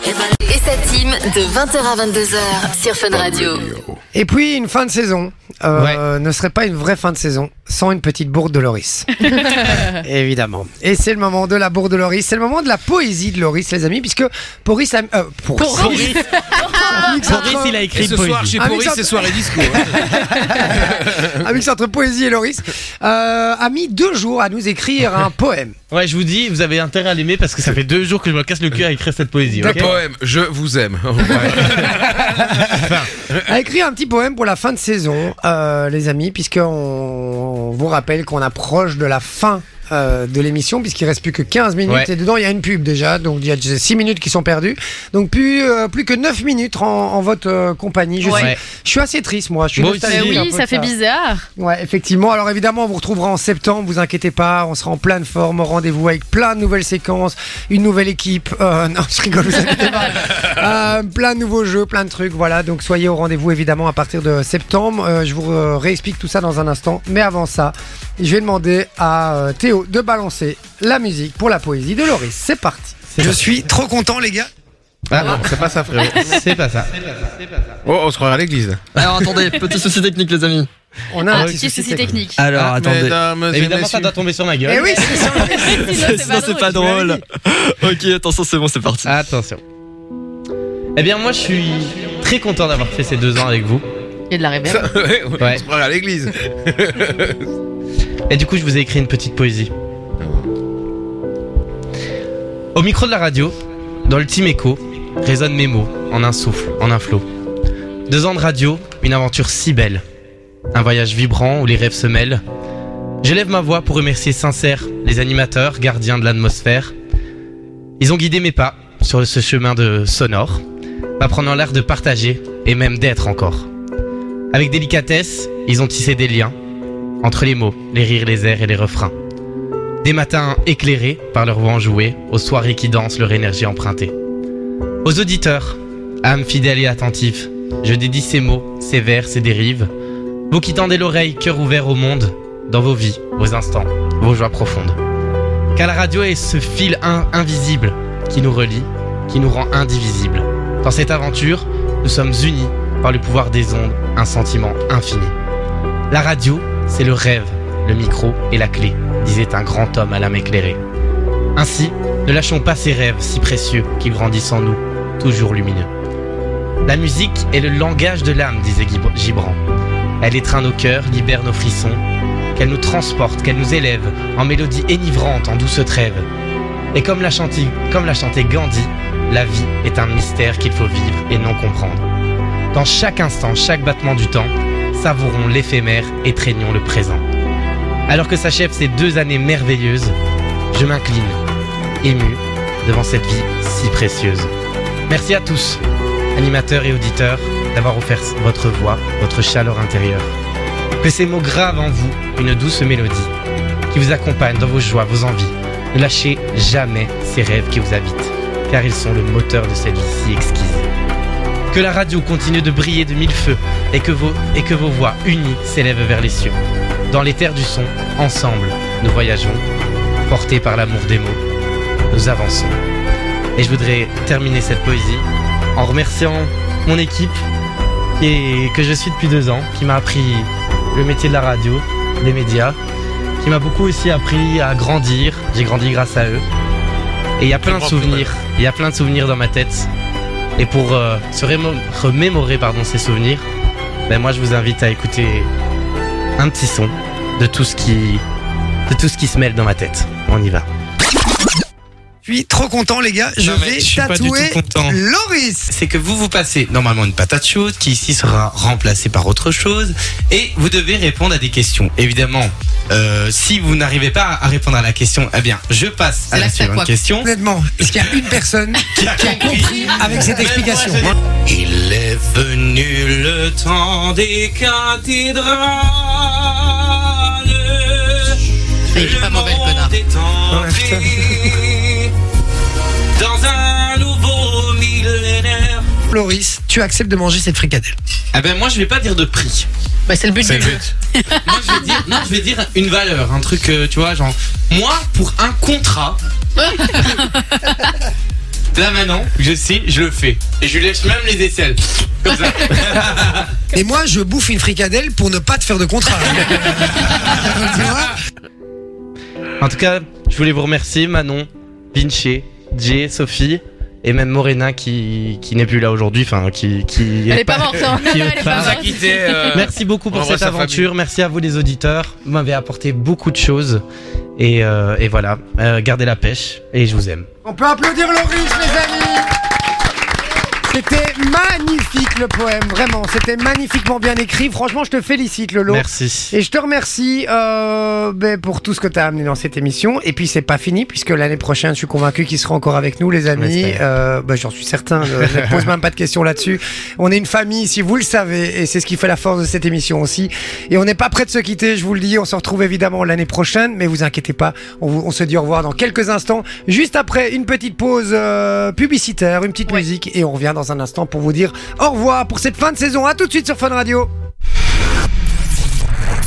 N: Et sa team de 20h à 22h sur Fun Radio.
A: Et puis une fin de saison euh, ne serait pas une vraie fin de saison sans une petite bourde de Loris. Évidemment. Et c'est le moment de la bourde de Loris. C'est le moment de la poésie de Loris, les amis, puisque Poris a. euh, Poris.
J: Poris.
A: Un mix entre-
D: Et ce soir, chez
A: Un mix
D: Pourri,
A: entre-
D: c'est soirée disco. hein. [laughs]
A: un mix entre poésie et Loris, euh, a mis deux jours à nous écrire un poème.
C: Ouais, je vous dis, vous avez intérêt à l'aimer parce que ça fait deux jours que je me casse le cul à écrire cette poésie.
D: Le
C: ok
D: poème, je vous aime. [laughs]
A: [laughs] A écrit un petit poème pour la fin de saison, euh, les amis, puisqu'on on vous rappelle qu'on approche de la fin. euh, de l'émission puisqu'il reste plus que 15 minutes
C: Ouais.
A: et dedans il y a une pub déjà donc il y a 6 minutes qui sont perdues donc plus, euh, plus que 9 minutes en, en votre euh, compagnie je,
B: Ouais.
A: suis, je suis assez triste moi je suis
B: Moi
A: nostalgique
B: aussi.
A: un
B: Oui,
A: peu
B: ça
A: de
B: fait bizarre.
A: ouais effectivement alors évidemment on vous retrouvera en septembre vous inquiétez pas on sera en pleine forme au rendez-vous avec plein de nouvelles séquences une nouvelle équipe Euh, [laughs] non je rigole vous inquiétez pas euh, plein de nouveaux jeux, plein de trucs, voilà. Donc soyez au rendez-vous évidemment à partir de septembre. Euh, je vous euh, réexplique tout ça dans un instant. Mais avant ça, je vais demander à euh, Théo de balancer la musique pour la poésie de Loris. C'est parti.
C: Je suis
A: trop content les gars.
C: Ah non, c'est pas ça, frérot. C'est pas ça.
D: Oh, on se croirait à l'église.
Q: Alors attendez, petit souci technique les amis.
A: On
B: a
F: Ah,
D: Ah,
B: un petit souci technique.
Q: Alors
C: Ah,
Q: attendez.
C: mesdames et Évidemment, ça messieurs. doit tomber sur ma gueule.
A: Eh oui, c'est
F: [laughs]
A: ça.
Q: Sinon c'est pas drôle. [laughs] ok, attention, c'est bon, c'est parti.
C: Attention. Eh bien, moi, je suis très content d'avoir fait ces deux ans avec vous.
F: Il y a de la réverb.
D: Ouais, on
C: [laughs] Ouais.
D: se croirait à l'église.
C: Et du coup, je vous ai écrit une petite poésie. Au micro de la radio, dans le team écho, résonnent mes mots, en un souffle, en un flot. Deux ans de radio, une aventure si belle. Un voyage vibrant où les rêves se mêlent. J'élève ma voix pour remercier sincère les animateurs, gardiens de l'atmosphère. Ils ont guidé mes pas sur ce chemin de sonore, m'apprenant l'art de partager et même d'être encore. Avec délicatesse, ils ont tissé des liens entre les mots, les rires, les airs et les refrains. Des matins éclairés par leur voix enjouée, aux soirées qui dansent leur énergie empruntée. Aux auditeurs, âmes fidèles et attentives, je dédie ces mots, ces vers, ces dérives, vous qui tendez l'oreille, cœur ouvert au monde, dans vos vies, vos instants, vos joies profondes. Car la radio est ce fil in- invisible qui nous relie, qui nous rend indivisibles. Dans cette aventure, nous sommes unis par le pouvoir des ondes, un sentiment infini. La radio, c'est le rêve, le micro et la clé, disait un grand homme à l'âme éclairée. Ainsi, ne lâchons pas ces rêves si précieux qui grandissent en nous, toujours lumineux. La musique est le langage de l'âme, disait Gib- Gibran. Elle étreint nos cœurs, libère nos frissons, qu'elle nous transporte, qu'elle nous élève, en mélodie énivrante, en douce trêve. Et comme l'a chanté, comme l'a chanté Gandhi, la vie est un mystère qu'il faut vivre et non comprendre. Dans chaque instant, chaque battement du temps, savourons l'éphémère, étreignons le présent. Alors que s'achèvent ces deux années merveilleuses, je m'incline, ému, devant cette vie si précieuse. Merci à tous, animateurs et auditeurs, d'avoir offert votre voix, votre chaleur intérieure. Que ces mots gravent en vous une douce mélodie qui vous accompagne dans vos joies, vos envies. Ne lâchez jamais ces rêves qui vous habitent, car ils sont le moteur de cette vie si exquise. Que la radio continue de briller de mille feux et que vos, et que vos voix unies s'élèvent vers les cieux. Dans les terres du son, ensemble, nous voyageons, portés par l'amour des mots, nous avançons. Et je voudrais terminer cette poésie en remerciant mon équipe et que je suis depuis deux ans, qui m'a appris le métier de la radio, les médias, qui m'a beaucoup aussi appris à grandir. J'ai grandi grâce à eux. Et il y a plein de
D: Grand
C: souvenirs. Il y a plein de souvenirs dans ma tête. Et pour euh, se rémo- remémorer pardon, ces souvenirs, ben moi je vous invite à écouter un petit son de tout ce qui, de tout ce qui se mêle dans ma tête. On y va.
A: suis trop content, les gars. Je
C: Non, mais
A: vais
C: je suis pas du
A: tatouer
C: tout content.
A: Loris.
C: C'est que vous vous passez normalement une patate chaude qui ici sera remplacée par autre chose et vous devez répondre à des questions. Évidemment, euh, si vous n'arrivez pas à répondre à la question, eh bien, je passe à la suivante question.
A: Honnêtement, est-ce qu'il y a une personne qui a compris avec cette explication
C: Il est venu le temps des cathédrales. Il est pas mauvais, connard. dans un nouveau millénaire.
A: Loris, tu acceptes de manger cette fricadelle
C: Ah ben moi je vais pas dire de prix.
T: Bah, c'est le but
C: C'est
T: du
C: le
T: jeu.
C: but. moi je vais dire, [laughs] non, je vais dire une valeur, un truc, euh, tu vois, genre moi pour un
F: [laughs]
C: contrat. Là maintenant, je sais, je le fais. Et je lui laisse même les aisselles. Comme ça.
A: Et moi, je bouffe une fricadelle pour ne pas te faire de [laughs] contrat. Tu vois
C: En tout cas, je voulais vous remercier, Manon, Vinci, Jay, Sophie. Et même Morena qui, qui n'est plus là aujourd'hui, enfin qui, qui
F: Elle
C: est
F: est pas morte, hein.
C: qui est
F: Elle est pas
C: pas-
F: morte. Nous a quittés, euh,
C: Merci beaucoup
F: on
C: pour
F: embrasse
C: cette
F: sa famille.
C: aventure. Merci à vous les auditeurs. Vous m'avez apporté beaucoup de choses et, euh, et voilà. Euh, gardez la pêche et je vous aime.
A: On peut applaudir Loris, les amis C'était magnifique le poème, vraiment. C'était magnifiquement bien écrit. Franchement, je te félicite, Lolo.
C: Merci.
A: Et je te remercie euh, ben, pour tout ce que tu as amené dans cette émission. Et puis, c'est pas fini, puisque l'année prochaine, je suis convaincu qu'il sera encore avec nous, les amis.
C: l'espère.
A: Euh, ben, J'en suis certain. Je ne pose même pas de questions là-dessus. On est une famille, si vous le savez. Et c'est ce qui fait la force de cette émission aussi. Et on n'est pas prêt de se quitter, je vous le dis. On se retrouve évidemment l'année prochaine. Mais vous inquiétez pas. On, vous- on se dit au revoir dans quelques instants. Juste après, une petite pause euh, publicitaire, une petite musique. Et on revient dans un instant pour vous dire au revoir pour cette fin de saison. À tout de suite sur Fun Radio.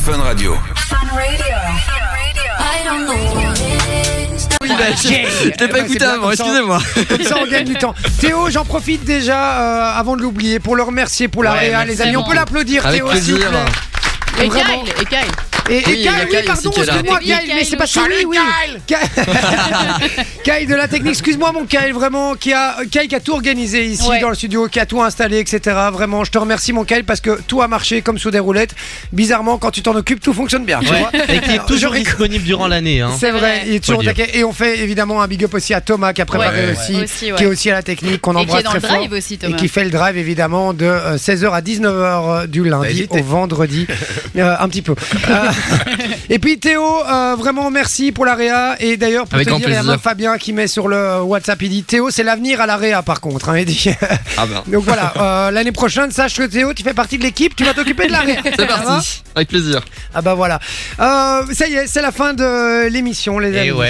O: Fun Radio.
N: I don't know what it is.
Q: Oui, bah, je- je l'ai
A: Eh ben,
Q: pas
A: c'est
Q: écouté
A: bien,
Q: avant,
A: comme ça,
Q: excusez-moi.
A: Comme [laughs] ça, on gagne du temps. Théo, j'en profite déjà euh, avant de l'oublier pour le remercier pour la
Q: Ouais,
A: réa,
Q: merci.
A: les amis. On peut l'applaudir,
Q: Avec
A: Théo, s'il vous
Q: plaisir.
A: plaît.
F: Et
A: Vraiment.
F: Kyle, et Kyle.
A: Et, et
F: Oui, il y
A: Kyle,
F: a
A: oui,
F: Kyle aussi
A: pardon,
F: qui est là.
A: excuse-moi,
F: Et Kyle
A: Kyle, mais c'est pas
F: aussi.
A: celui, oui. Kyle, [laughs] Kyle de la technique, excuse-moi, mon Kyle, vraiment, qui a, Kyle qui a tout organisé ici dans le studio, qui a tout installé, etc. Vraiment, je te remercie, mon Kyle, parce que tout a marché comme sous des roulettes. Bizarrement, quand tu t'en occupes, tout fonctionne bien, tu
C: Ouais.
A: vois.
C: Et qui est
A: Alors, je
C: toujours
A: récupère-
C: disponible durant l'année. hein.
A: c'est vrai, il est toujours au
C: Faut dire.
A: taquet. Et on fait évidemment un big up aussi à Thomas qui a préparé
C: Ouais.
A: aussi,
B: Ouais. Aussi, ouais.
A: qui est aussi à la technique, qu'on
B: Et qui est
A: embrasse
B: dans
A: très
B: le
A: fort.
B: drive aussi, Thomas.
A: Et qui fait le drive évidemment de euh, 16h à 19h euh, du
Q: Bah,
A: lundi
Q: [laughs]
A: au vendredi. Euh, un petit peu. Euh, [laughs] et puis Théo, euh, vraiment merci pour la réa. Et d'ailleurs, pour
Q: Avec
A: te
Q: grand
A: dire, il y a
Q: plaisir.
A: même Fabien qui met sur le WhatsApp, il dit Théo, c'est l'avenir à la réa par contre. hein, il dit.
Q: [laughs] Ah ben.
A: Donc voilà, euh, l'année prochaine, sache que Théo, tu fais partie de l'équipe, tu vas
Q: [laughs]
A: t'occuper de la réa.
Q: C'est
A: Ça va
Q: parti. Avec plaisir. Eh
A: ah bah voilà. Euh, ça y est, c'est la fin de l'émission, les amis.
C: ouais.